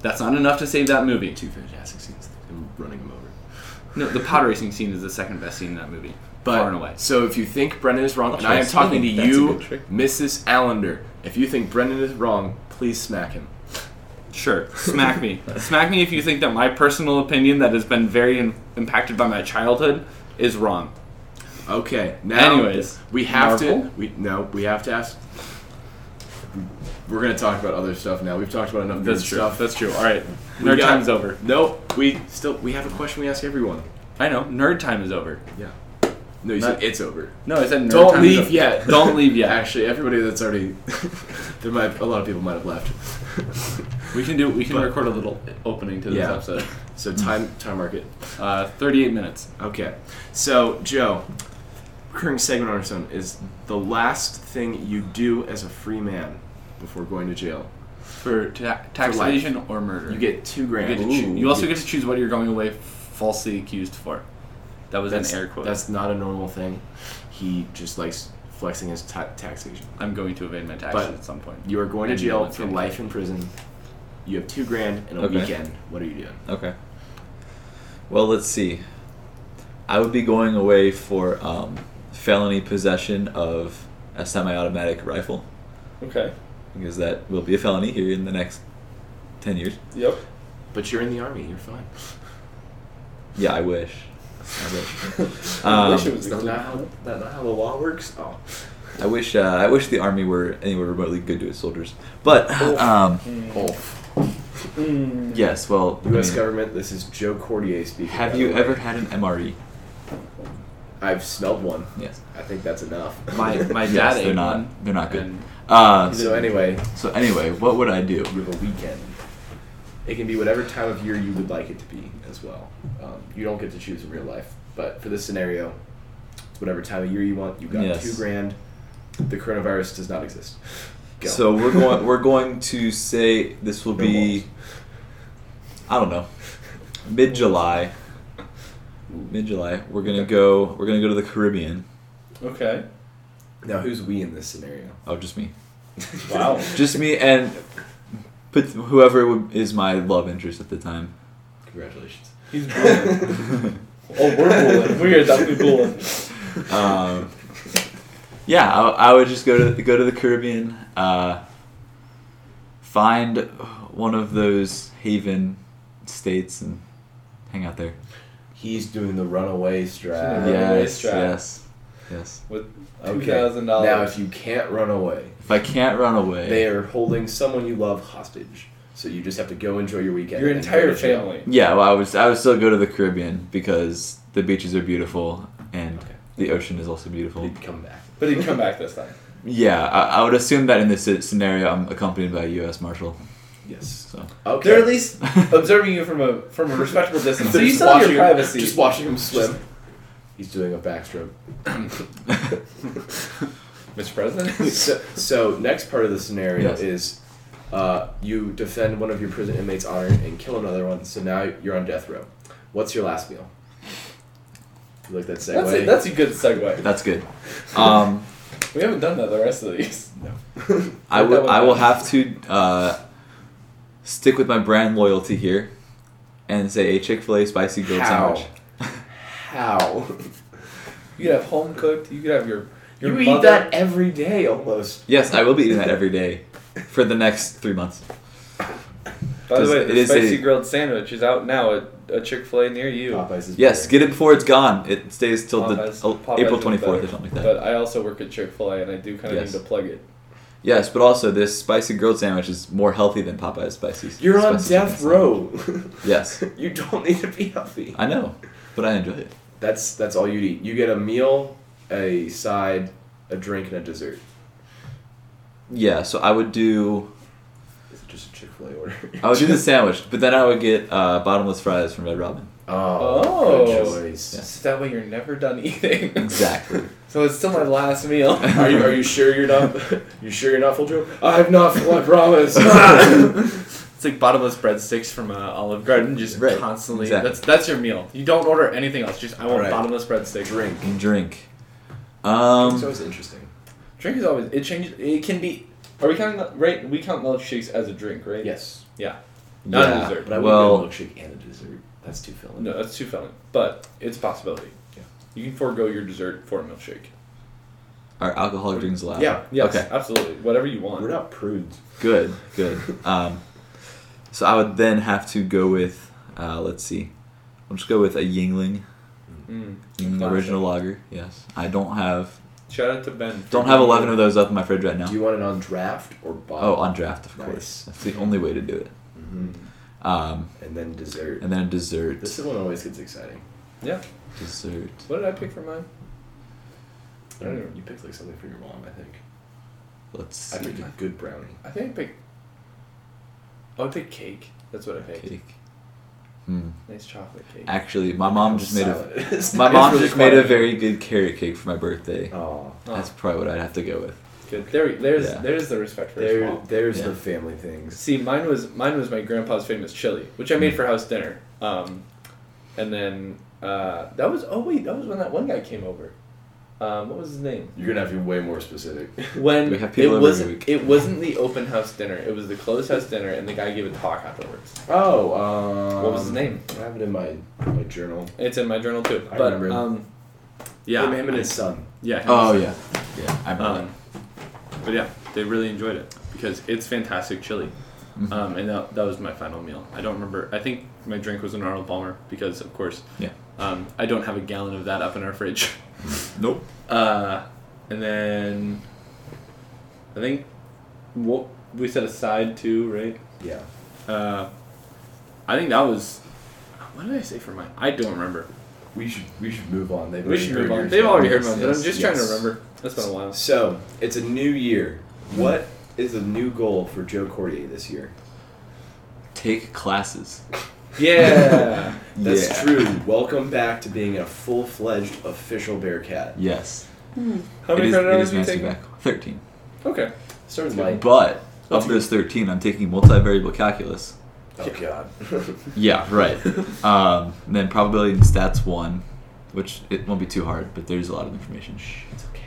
That's not enough to save that movie. Two fantastic scenes. I'm running him over. No, the pod racing scene is the second best scene in that movie. But far and away. so if you think Brendan is wrong, and try I am talking to spinning. That's a you, good trick. Mrs. Allender, if you think Brendan is wrong, please smack him. Sure, smack me. smack me if you think that my personal opinion that has been very in- impacted by my childhood is wrong. Okay. Now, Anyways, we have Marvel? to. We no, we have to ask. We're gonna talk about other stuff now. We've talked about enough That's nerd true. stuff. That's true. All right, We nerd got- time's over. Nope. We still we have a question we ask everyone. I know, nerd time is over. Yeah. No, you Not- said it's over. No, I said nerd Don't time is leave over. yet. Don't leave yet. Actually, everybody that's already there might a lot of people might have left. We can do. We can But- record a little opening to this Yeah. episode. So time time market. Uh, Thirty-eight minutes. Okay. So, Joe, recurring segment on its own is the last thing you do as a free man before going to jail. for ta- tax For life. evasion or murder. You get two You grand. get to Ooh. choo- you also get to choose what you're going away falsely accused for. That was That's, an air quote. that's not a normal thing. He just likes flexing his ta taxation. I'm going to evade my taxes But at some point. You are going to And jail anyone's for gonna- life in prison. You have two grand and a Okay. weekend. What are you doing? Okay. Well, let's see. I would be going away for um, felony possession of a semi-automatic rifle Okay. because that will be a felony here in the next ten years. Yep. But you're in the army. You're fine. Yeah, I wish. I wish. I wish Um, it was not how, that not how the law works. Oh, I wish. Uh, I wish the army were anywhere remotely good to its soldiers. But um, yes, well, I U.S. Mm. mean, government. This is Joe Cordier speaking. have by you the way. ever had an MRE? I've smelled one. Yes. I think that's enough. My my Yes, dad. they're ate not- one, they're not good. and Uh, so anyway, so anyway, what would I do? you have a weekend. It can be whatever time of year you would like it to be as well. Um, you don't get to choose in real life, but for this scenario, it's whatever time of year you want. You got Yes. two grand. The coronavirus does not exist. Go. So we're going. We're going to say this will No be. I don't know. Mid July. Mid July. We're gonna Okay. go. We're gonna go to the Caribbean. Okay. now who's we in this scenario? Oh, just me. Wow. Just me and. But whoever would- is my love interest at the time. Congratulations. He's bullying. oh, we're bullying. We are definitely bullying. Um, yeah, I, I would just go to go to the Caribbean. Uh, find one of those haven states and hang out there. He's doing the runaway strat. Yeah. Runaway yes, strap. yes, yes. Okay. $2,000. Now, if you can't run away, If I can't run away, they are holding someone you love hostage. So you just have to go enjoy your weekend. Your and go entire to jail. family. yeah, well, I would I would still go to the Caribbean because the beaches are beautiful and Okay. the ocean is also beautiful. He'd come back. But he'd come back this time. Yeah, I, I would assume that in this sce- scenario, I'm accompanied by a U.S. Marshal. Yes. So Okay. They're at least observing you from a from a respectable distance. So They're you just still have your watching- privacy. Just watching him swim. He's doing a backstroke. Mr. President? so, so next part of the scenario Yes. is uh, you defend one of your prison inmates' honor and kill another one. So now you're on death row. What's your last meal? You like that segue? That's a, that's a good segue. that's good. Um, We haven't done that the rest of these. I That will was I will nice. have to uh, stick with my brand loyalty here, and say a Chick Fil A spicy grilled How? sandwich. How? You could have home cooked. You could have your your you mother. eat that every day almost. Yes, I will be eating that every day for the next three months. By the Does- way, it the is spicy a- grilled sandwich is out now at a Chick Fil A near you. Popeyes is Yes, better. get it before it's gone. It stays till the Popeyes- oh, Popeyes April is twenty fourth or better. something like that. But I also work at Chick Fil A, and I do kind of Yes. need to plug it. Yes, but also this spicy grilled sandwich is more healthy than Popeye's spicy. You're on spicy chicken death sandwich. row. Yes, you don't need to be healthy. I know, but I enjoy it. That's that's all you eat. You get a meal, a side, a drink, and a dessert. Yeah, so I would do It's just a Chick Fil A order. I would do the sandwich, but then I would get uh, bottomless fries from Red Robin. Oh, Oh. good choice. Yes. So that way you're never done eating. Exactly. So it's still my last meal. Are you, are you sure you're not? You sure you're not full Joe? I'm not full. I promise. It's like bottomless breadsticks from uh, Olive Garden, just Right, constantly. exactly. That's that's your meal. You don't order anything else. Just I want Right. bottomless breadsticks. Drink. and drink. so Um, it's interesting. Drink is always it changes. It can be. Are we counting the- right? We count milkshakes as a drink, right? Yes, Yeah. Not a yeah, dessert, but I well, would get a milkshake and a dessert. That's too filling. No, that's too filling, but it's a possibility. Yeah. You can forego your dessert for a milkshake. are alcoholic drinks allowed? Yeah, Yes, Uh-huh. Okay. absolutely. Whatever you want. We're not prudes. Good, good. Um, so I would then have to go with, uh, let's see, I'll just go with a Yingling, Mm. Yingling Classic. original lager. Yes, I don't have Shout out to Ben. don't have eleven of those up in my fridge right now. Do you want it on draft or Oh, bottle? on draft, of course. Nice. That's the only way to do it. Mhm. Um, and then dessert. and then dessert. This is one always gets exciting. Yeah. Dessert. What did I pick for mine? I don't know. You picked like something for your mom, I think. Let's I see. picked a good brownie. I think I picked. Oh, I picked cake. That's what I picked. Cake. Hmm. Nice chocolate cake. Actually, my mom just made a Salad. It's my mom really just made a funny. very good carrot cake for my birthday. Oh, Oh, That's probably what I'd have to go with. good. There, there's, Yeah. there's the respect for his there, mom. there's Yeah. the family things. See, mine was mine was my grandpa's famous chili, which I made for house dinner. Um, and then uh, that was oh wait, that was when that one guy came over. Um, what was his name? You're gonna have to be way more specific. When We have people it over every wasn't week. it wasn't the open house dinner, it was the closed house dinner, and the guy gave a talk afterwards. Oh, um, What was his name? I have it in my my journal. It's in my journal too. I but remember him. um, yeah, him, him and his son. yeah. him Oh and his yeah, yeah. I remember Um, but yeah, they really enjoyed it because it's fantastic chili. Mhm. Um, and that, that was my final meal. I don't remember. I think my drink was an Arnold Palmer because, of course, Yeah. um, I don't have a gallon of that up in our fridge. that. Nope. Uh, and then I think what we set aside too, right? Yeah. Uh, I think that was. What did I say for mine? I don't remember. We should we should move on. They've We already should heard move on. yours. They've already heard Yes, mine, but yes, I'm just yes. trying to remember. That's been a while. So it's a new year. What is a new goal for Joe Cordier this year? Take classes. Yeah. That's yeah. true. Welcome back to being a full fledged official Bearcat. Yes. How many it credit is, it hours have you is nice to be taken? back. Thirteen. Okay. Started light. But of those 13, I'm taking multivariable calculus. Oh god. Yeah, right. um, and then probability and stats 1, which it won't be too hard, but there's a lot of information. It's okay.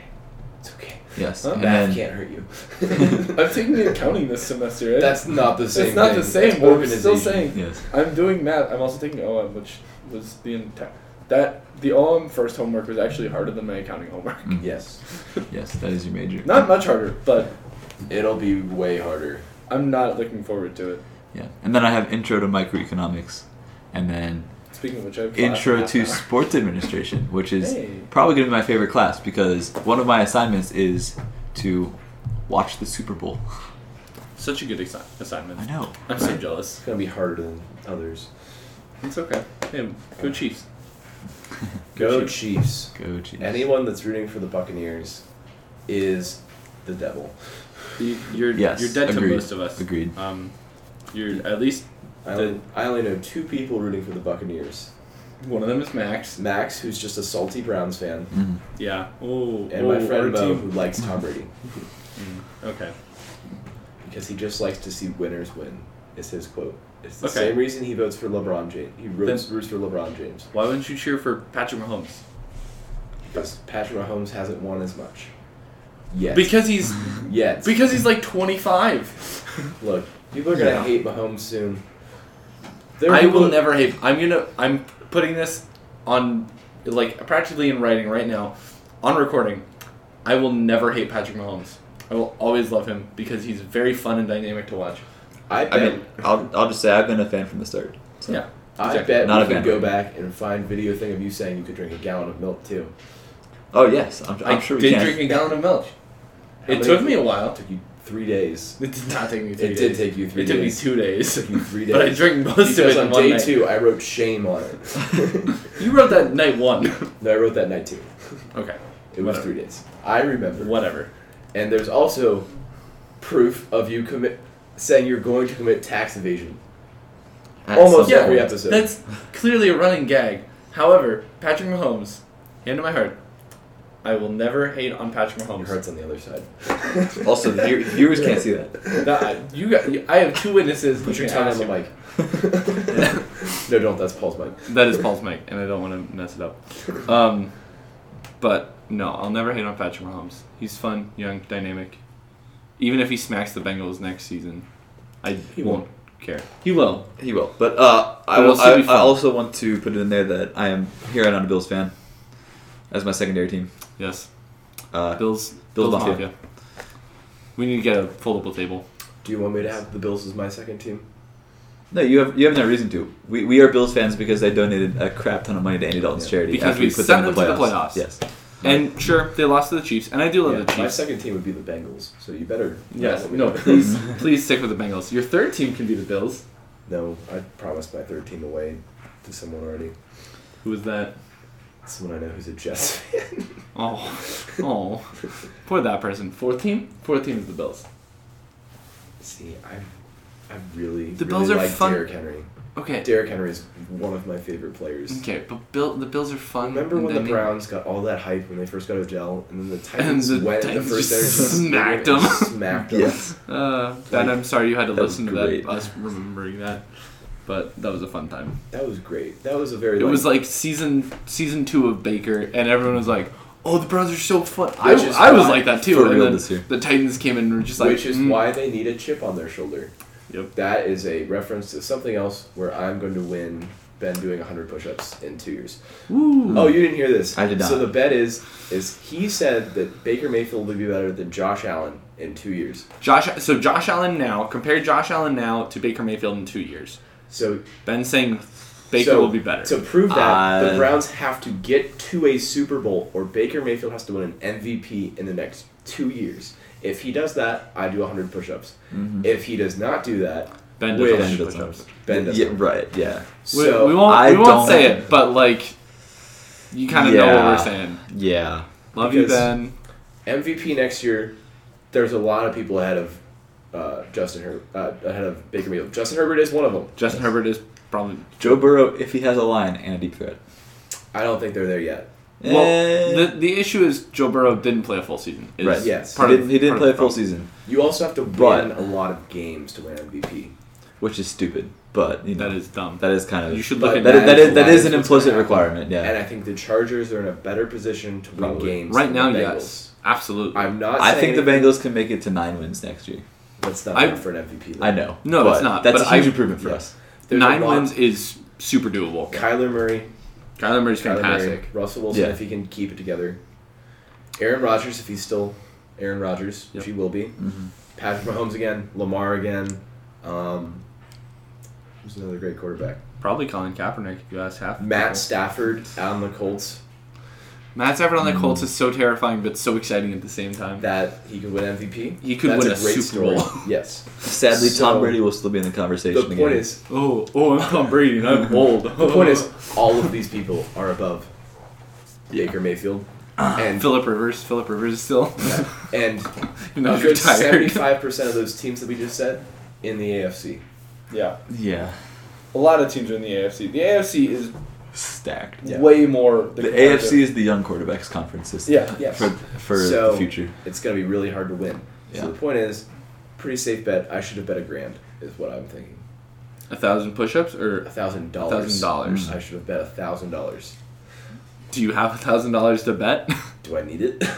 It's okay. Yes. Huh? and Math then, can't hurt you. I'm taking accounting this semester, right? That's not the same. it's not thing. the same. That's But I'm still organization. saying yes. I'm doing math. I'm also taking OM, which was the entire that the OM first homework was actually harder than my accounting homework. Mm, Yes, Yes, that is your major. Not much harder, but it'll be way harder. I'm not looking forward to it. Yeah. And then I have intro to microeconomics. And then Speaking of which, I have class in intro half to an hour. sports administration, which is Hey. probably going to be my favorite class because one of my assignments is to watch the Super Bowl. Such a good assi- assignment. I know. I'm so jealous. It's gonna be harder than others. It's okay. Hey, go Chiefs. Go Chiefs. Go Chiefs. Anyone that's rooting for the Buccaneers is the devil. You- You're Yes, you're dead agreed. to most of us. Agreed. Um, you're at least I only, I only know two people rooting for the Buccaneers. one of them is Max. Max, who's just a salty Browns fan, Mm-hmm. Mhm. Yeah. Oh. and my oh, our friend Bo, team. Mm, who likes Tom Brady Okay. because he just likes to see winners win. Is his quote. It's the Okay. same reason he votes for LeBron James. He roots, roots for LeBron James Why wouldn't you cheer for Patrick Mahomes? because Patrick Mahomes hasn't won as much. Yet. Because he's Yet. because he's like 25. Look, people are gonna Yeah. hate Mahomes soon. There are I people- will never hate. I'm gonna. I'm putting this on, like practically in writing right now, on recording. I will never hate Patrick Mahomes. I will always love him because he's very fun and dynamic to watch. I I bet. mean, I'll, I'll just say I've been a fan from the start. So. Yeah. I exactly. bet Not a we could fan. go back and find video thing of you saying you could drink a gallon of milk too. Oh yes, I'm, I'm I sure we did can. drink a gallon of milk. How It many- took me a while. It took you three days. It did not take me three It days. did take you three It took me days. two days. took you three days. But I drank most because of it on in one day night. two, I wrote shame on it. You wrote that night one. no, I wrote that night too. okay. It was Whatever. three days. I remember. Whatever. And there's also proof of you commit saying you're going to commit tax evasion. At Almost some every point. episode. That's clearly a running gag. However, Patrick Mahomes, hand to my heart, I will never hate on Patrick Your Mahomes. heart's on the other side. Also, the view- viewers can't see that. That- you got, I have two witnesses. Put you your can tongue on ask the him. mic. no, don't. That's Paul's mic. That is Paul's mic, and I don't want to mess it up. Um, but no, I'll never hate on Patrick Mahomes. He's fun, young, dynamic. Even if he smacks the Bengals next season, I He won't care. He will. He will. But uh, I, But will, it'll still I, be I fun. also want to put it in there that I am here on a Bills fan as my secondary team. Yes, Uh, Bills, Bills Bills, Mafia. Mafia. We need to get a foldable table. Do you want me to have the Bills as my second team? no, you have you have no reason to. We, we are Bills fans because they donated a crap ton of money to Andy Dalton's Yeah. charity Because after we we put sent them in the them to the playoffs. playoffs. Yes. And sure, they lost to the Chiefs, and I do love Yeah, the Chiefs. My second team would be the Bengals, so you better. Yes, not let me no, down. please, please stick with the Bengals. Your third team can be the Bills. No, I promised my third team away to someone already. Who was that? Someone I know who's a Jets fan. Oh, oh, poor that person. Fourth team, fourth team is the Bills. See, I, I really, The really Bills are like fun- Derrick Henry. Okay, Derrick Henry is one of my favorite players. okay, but Bill, the Bills are fun. Remember and when then the they- Browns got all that hype when they first got Odell, and then the And Titans the went at Titans the first just Titans smacked game and them. Smacked them. Yes. Uh, Ben, I'm sorry you had to That was listen to great. that. Us remembering that, but that was a fun time. That was great. That was a very. It like, was like season season two of Baker, and everyone was like, "Oh, the Browns are so fun." I, Which is I was why- like that too. for and real then this year. The Titans came in and were just like, which is "Mm, why they need a chip on their shoulder. Yep. That is a reference to something else where I'm going to win Ben doing 100 push-ups in two years. woo." Oh, you didn't hear this. I did not. So the bet is, is he said that Baker Mayfield would be better than Josh Allen in two years. Josh, so Josh Allen now. Compare Josh Allen now to Baker Mayfield in two years. So Ben's saying Baker so, will be better. To prove that, Uh, the Browns have to get to a Super Bowl, or Baker Mayfield has to win an MVP in the next two years. If he does that, I do 100 push-ups. If he does not do that, Mm-hmm. ben which- does Ben hundred does push-ups. Ben does. Yeah, not. right. Yeah. We, So we won't. I we don't- won't say it, but like, you kind of know what Yeah. we're saying. Yeah. Love you, Because- Ben. MVP next year, there's a lot of people ahead of uh, Justin Herbert, uh, ahead of Baker Mayfield. Justin Herbert is one of them. Justin Herbert is probably Joe Burrow, if he has a line and a deep threat. I don't think they're there yet. Eh, Well, the, the issue is Joe Burrow didn't play a full season. Is right. yes. He part of- didn't, he didn't part play a of the full problem. season, You also have to But- win a lot of games to win MVP. which is stupid. But you know, That is dumb. that is kind of you should But look at that, that. is- that is that That is is an what's gonna implicit happen. requirement. And Yeah. I think the Chargers are in a better position to win Probably. games right than now, the Bengals. yes, absolutely. I'm not. I saying think the Bengals can make it to nine wins next year. That's not I- enough for an MVP. I know. No, but it's not, That's but a huge I- improvement for yeah. us. There's a Nine lot- wins is super doable. Kyler Murray, Kyler Murray's Kyler Murray, fantastic. Russell Wilson Yeah. if he can keep it together, Aaron Rodgers if he's still Aaron Rodgers, which he will be, Mm-hmm. Patrick Mahomes again, Lamar again, um, who's another great quarterback? Probably Colin Kaepernick if you ask half. the Matt people. Stafford on the Colts Matt Stafford on the Colts is so terrifying but so exciting at the same time. that he could win MVP. He could win a Super Bowl. yes. Sadly, Tom So- Brady will still be in the The conversation. point again. is, oh, oh, I'm Tom Brady. and I'm old. the point is, all of these people are above Baker Mayfield, and Philip Rivers. Philip Rivers is still. and No, a you're good tired. seventy-five percent of those teams that we just said in the AFC. Yeah, yeah, a lot of teams are in the AFC. The AFC is stacked. Yeah. way more. The comparative- AFC is the young quarterbacks conference this Yeah, yes. for for So- the future. It's going to be really hard to win. Yeah. So the point is, pretty safe bet. I should have bet a grand is what I'm thinking. A thousand push-ups A or thousand a dollars. thousand dollars. I should have bet a thousand dollars. Do you have a thousand dollars to bet? Do I need it?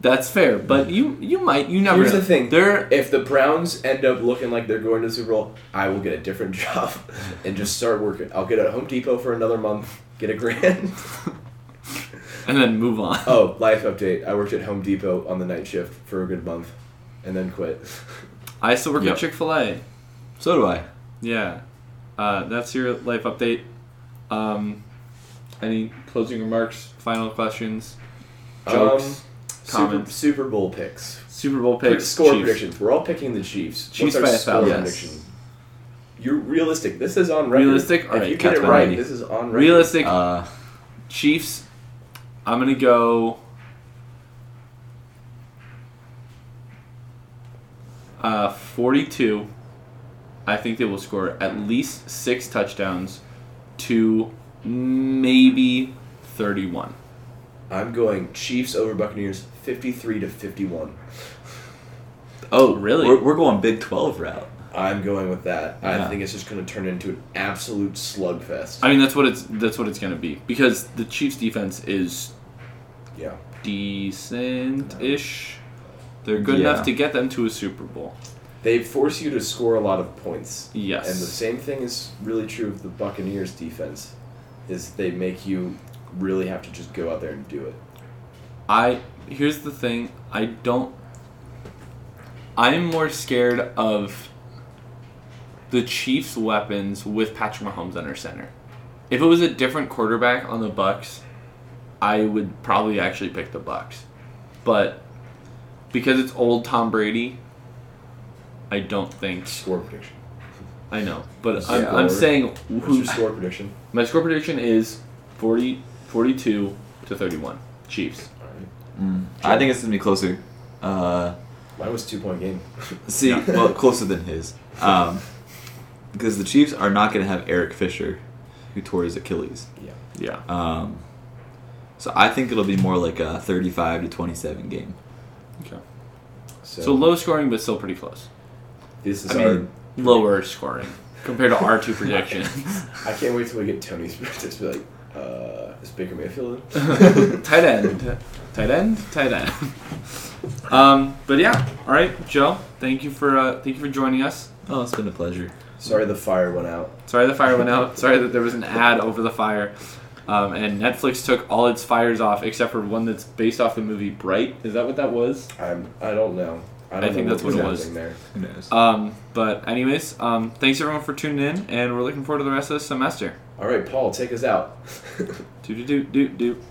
That's fair, but you you might you never. Here's know. the thing. There, if the Browns end up looking like they're going to the Super Bowl, I will get a different job and just start working. I'll get at Home Depot for another month, get a grand. and then move on. Oh, life update. I worked at Home Depot on the night shift for a good month and then quit. I still work Yep. at Chick Fil A. So do I. Yeah, uh, that's your life update. Um, any closing remarks? Final questions? Jokes? Um, Super, comments? Super Bowl picks. Super Bowl picks. score Chiefs. predictions. We're all picking the Chiefs. Chiefs What's our by a score thousand. prediction? You're realistic. This is on record. Realistic? If Alright, you get it Captain right, Andy. this is on record. Realistic Uh, Chiefs. I'm gonna go. Uh, 42. I think they will score at least six touchdowns to maybe 31. I'm going Chiefs over Buccaneers, 53 to 51. oh, Really? We're, we're going Big Twelve route. I'm going with that. Yeah. I think it's just going to turn into an absolute slugfest. I mean, that's what it's that's what it's gonna be because the Chiefs defense is yeah. decent-ish. They're good Yeah. enough to get them to a Super Bowl. They force you to score a lot of points. Yes. And the same thing is really true of the Buccaneers defense is they make you really have to just go out there and do it. I here's the thing. I don't. I'm more scared of the Chiefs' weapons with Patrick Mahomes under center. If it was a different quarterback on the Bucks, I would probably actually pick the Bucks. But because it's old Tom Brady, I don't think Score prediction. I know. But I'm, Score. I'm saying What's your who's score prediction? my score prediction is 40, 42 to 31 Chiefs. All right. I think it's gonna be closer. Uh, Mine was two point game. see, well, closer than his, um, because the Chiefs are not gonna have Eric Fisher, who tore his Achilles. yeah. Yeah. Um, so I think it'll be more like a thirty-five to twenty-seven game. Okay. So, So low scoring, but still pretty close. this is I our. mean, Lower scoring compared to our two predictions. I can't wait till we get Tony's just be like, uh, is Baker Mayfield in? tight end, tight end, tight end. Um, but yeah, all right, Joe. Thank you for uh, thank you for joining us. Oh, it's been a pleasure. Sorry, the fire went out. Sorry the fire went out. Sorry that there was an ad over the fire. Um, and Netflix took all its fires off except for one that's based off the movie Bright. Is that what that was? I'm. I don't know. I, don't I think know that's what it was. happening There. Who knows? Um, but anyways, um, thanks everyone for tuning in, and we're looking forward to the rest of the semester. All right, Paul, take us out. Doot doot doot doot. doot.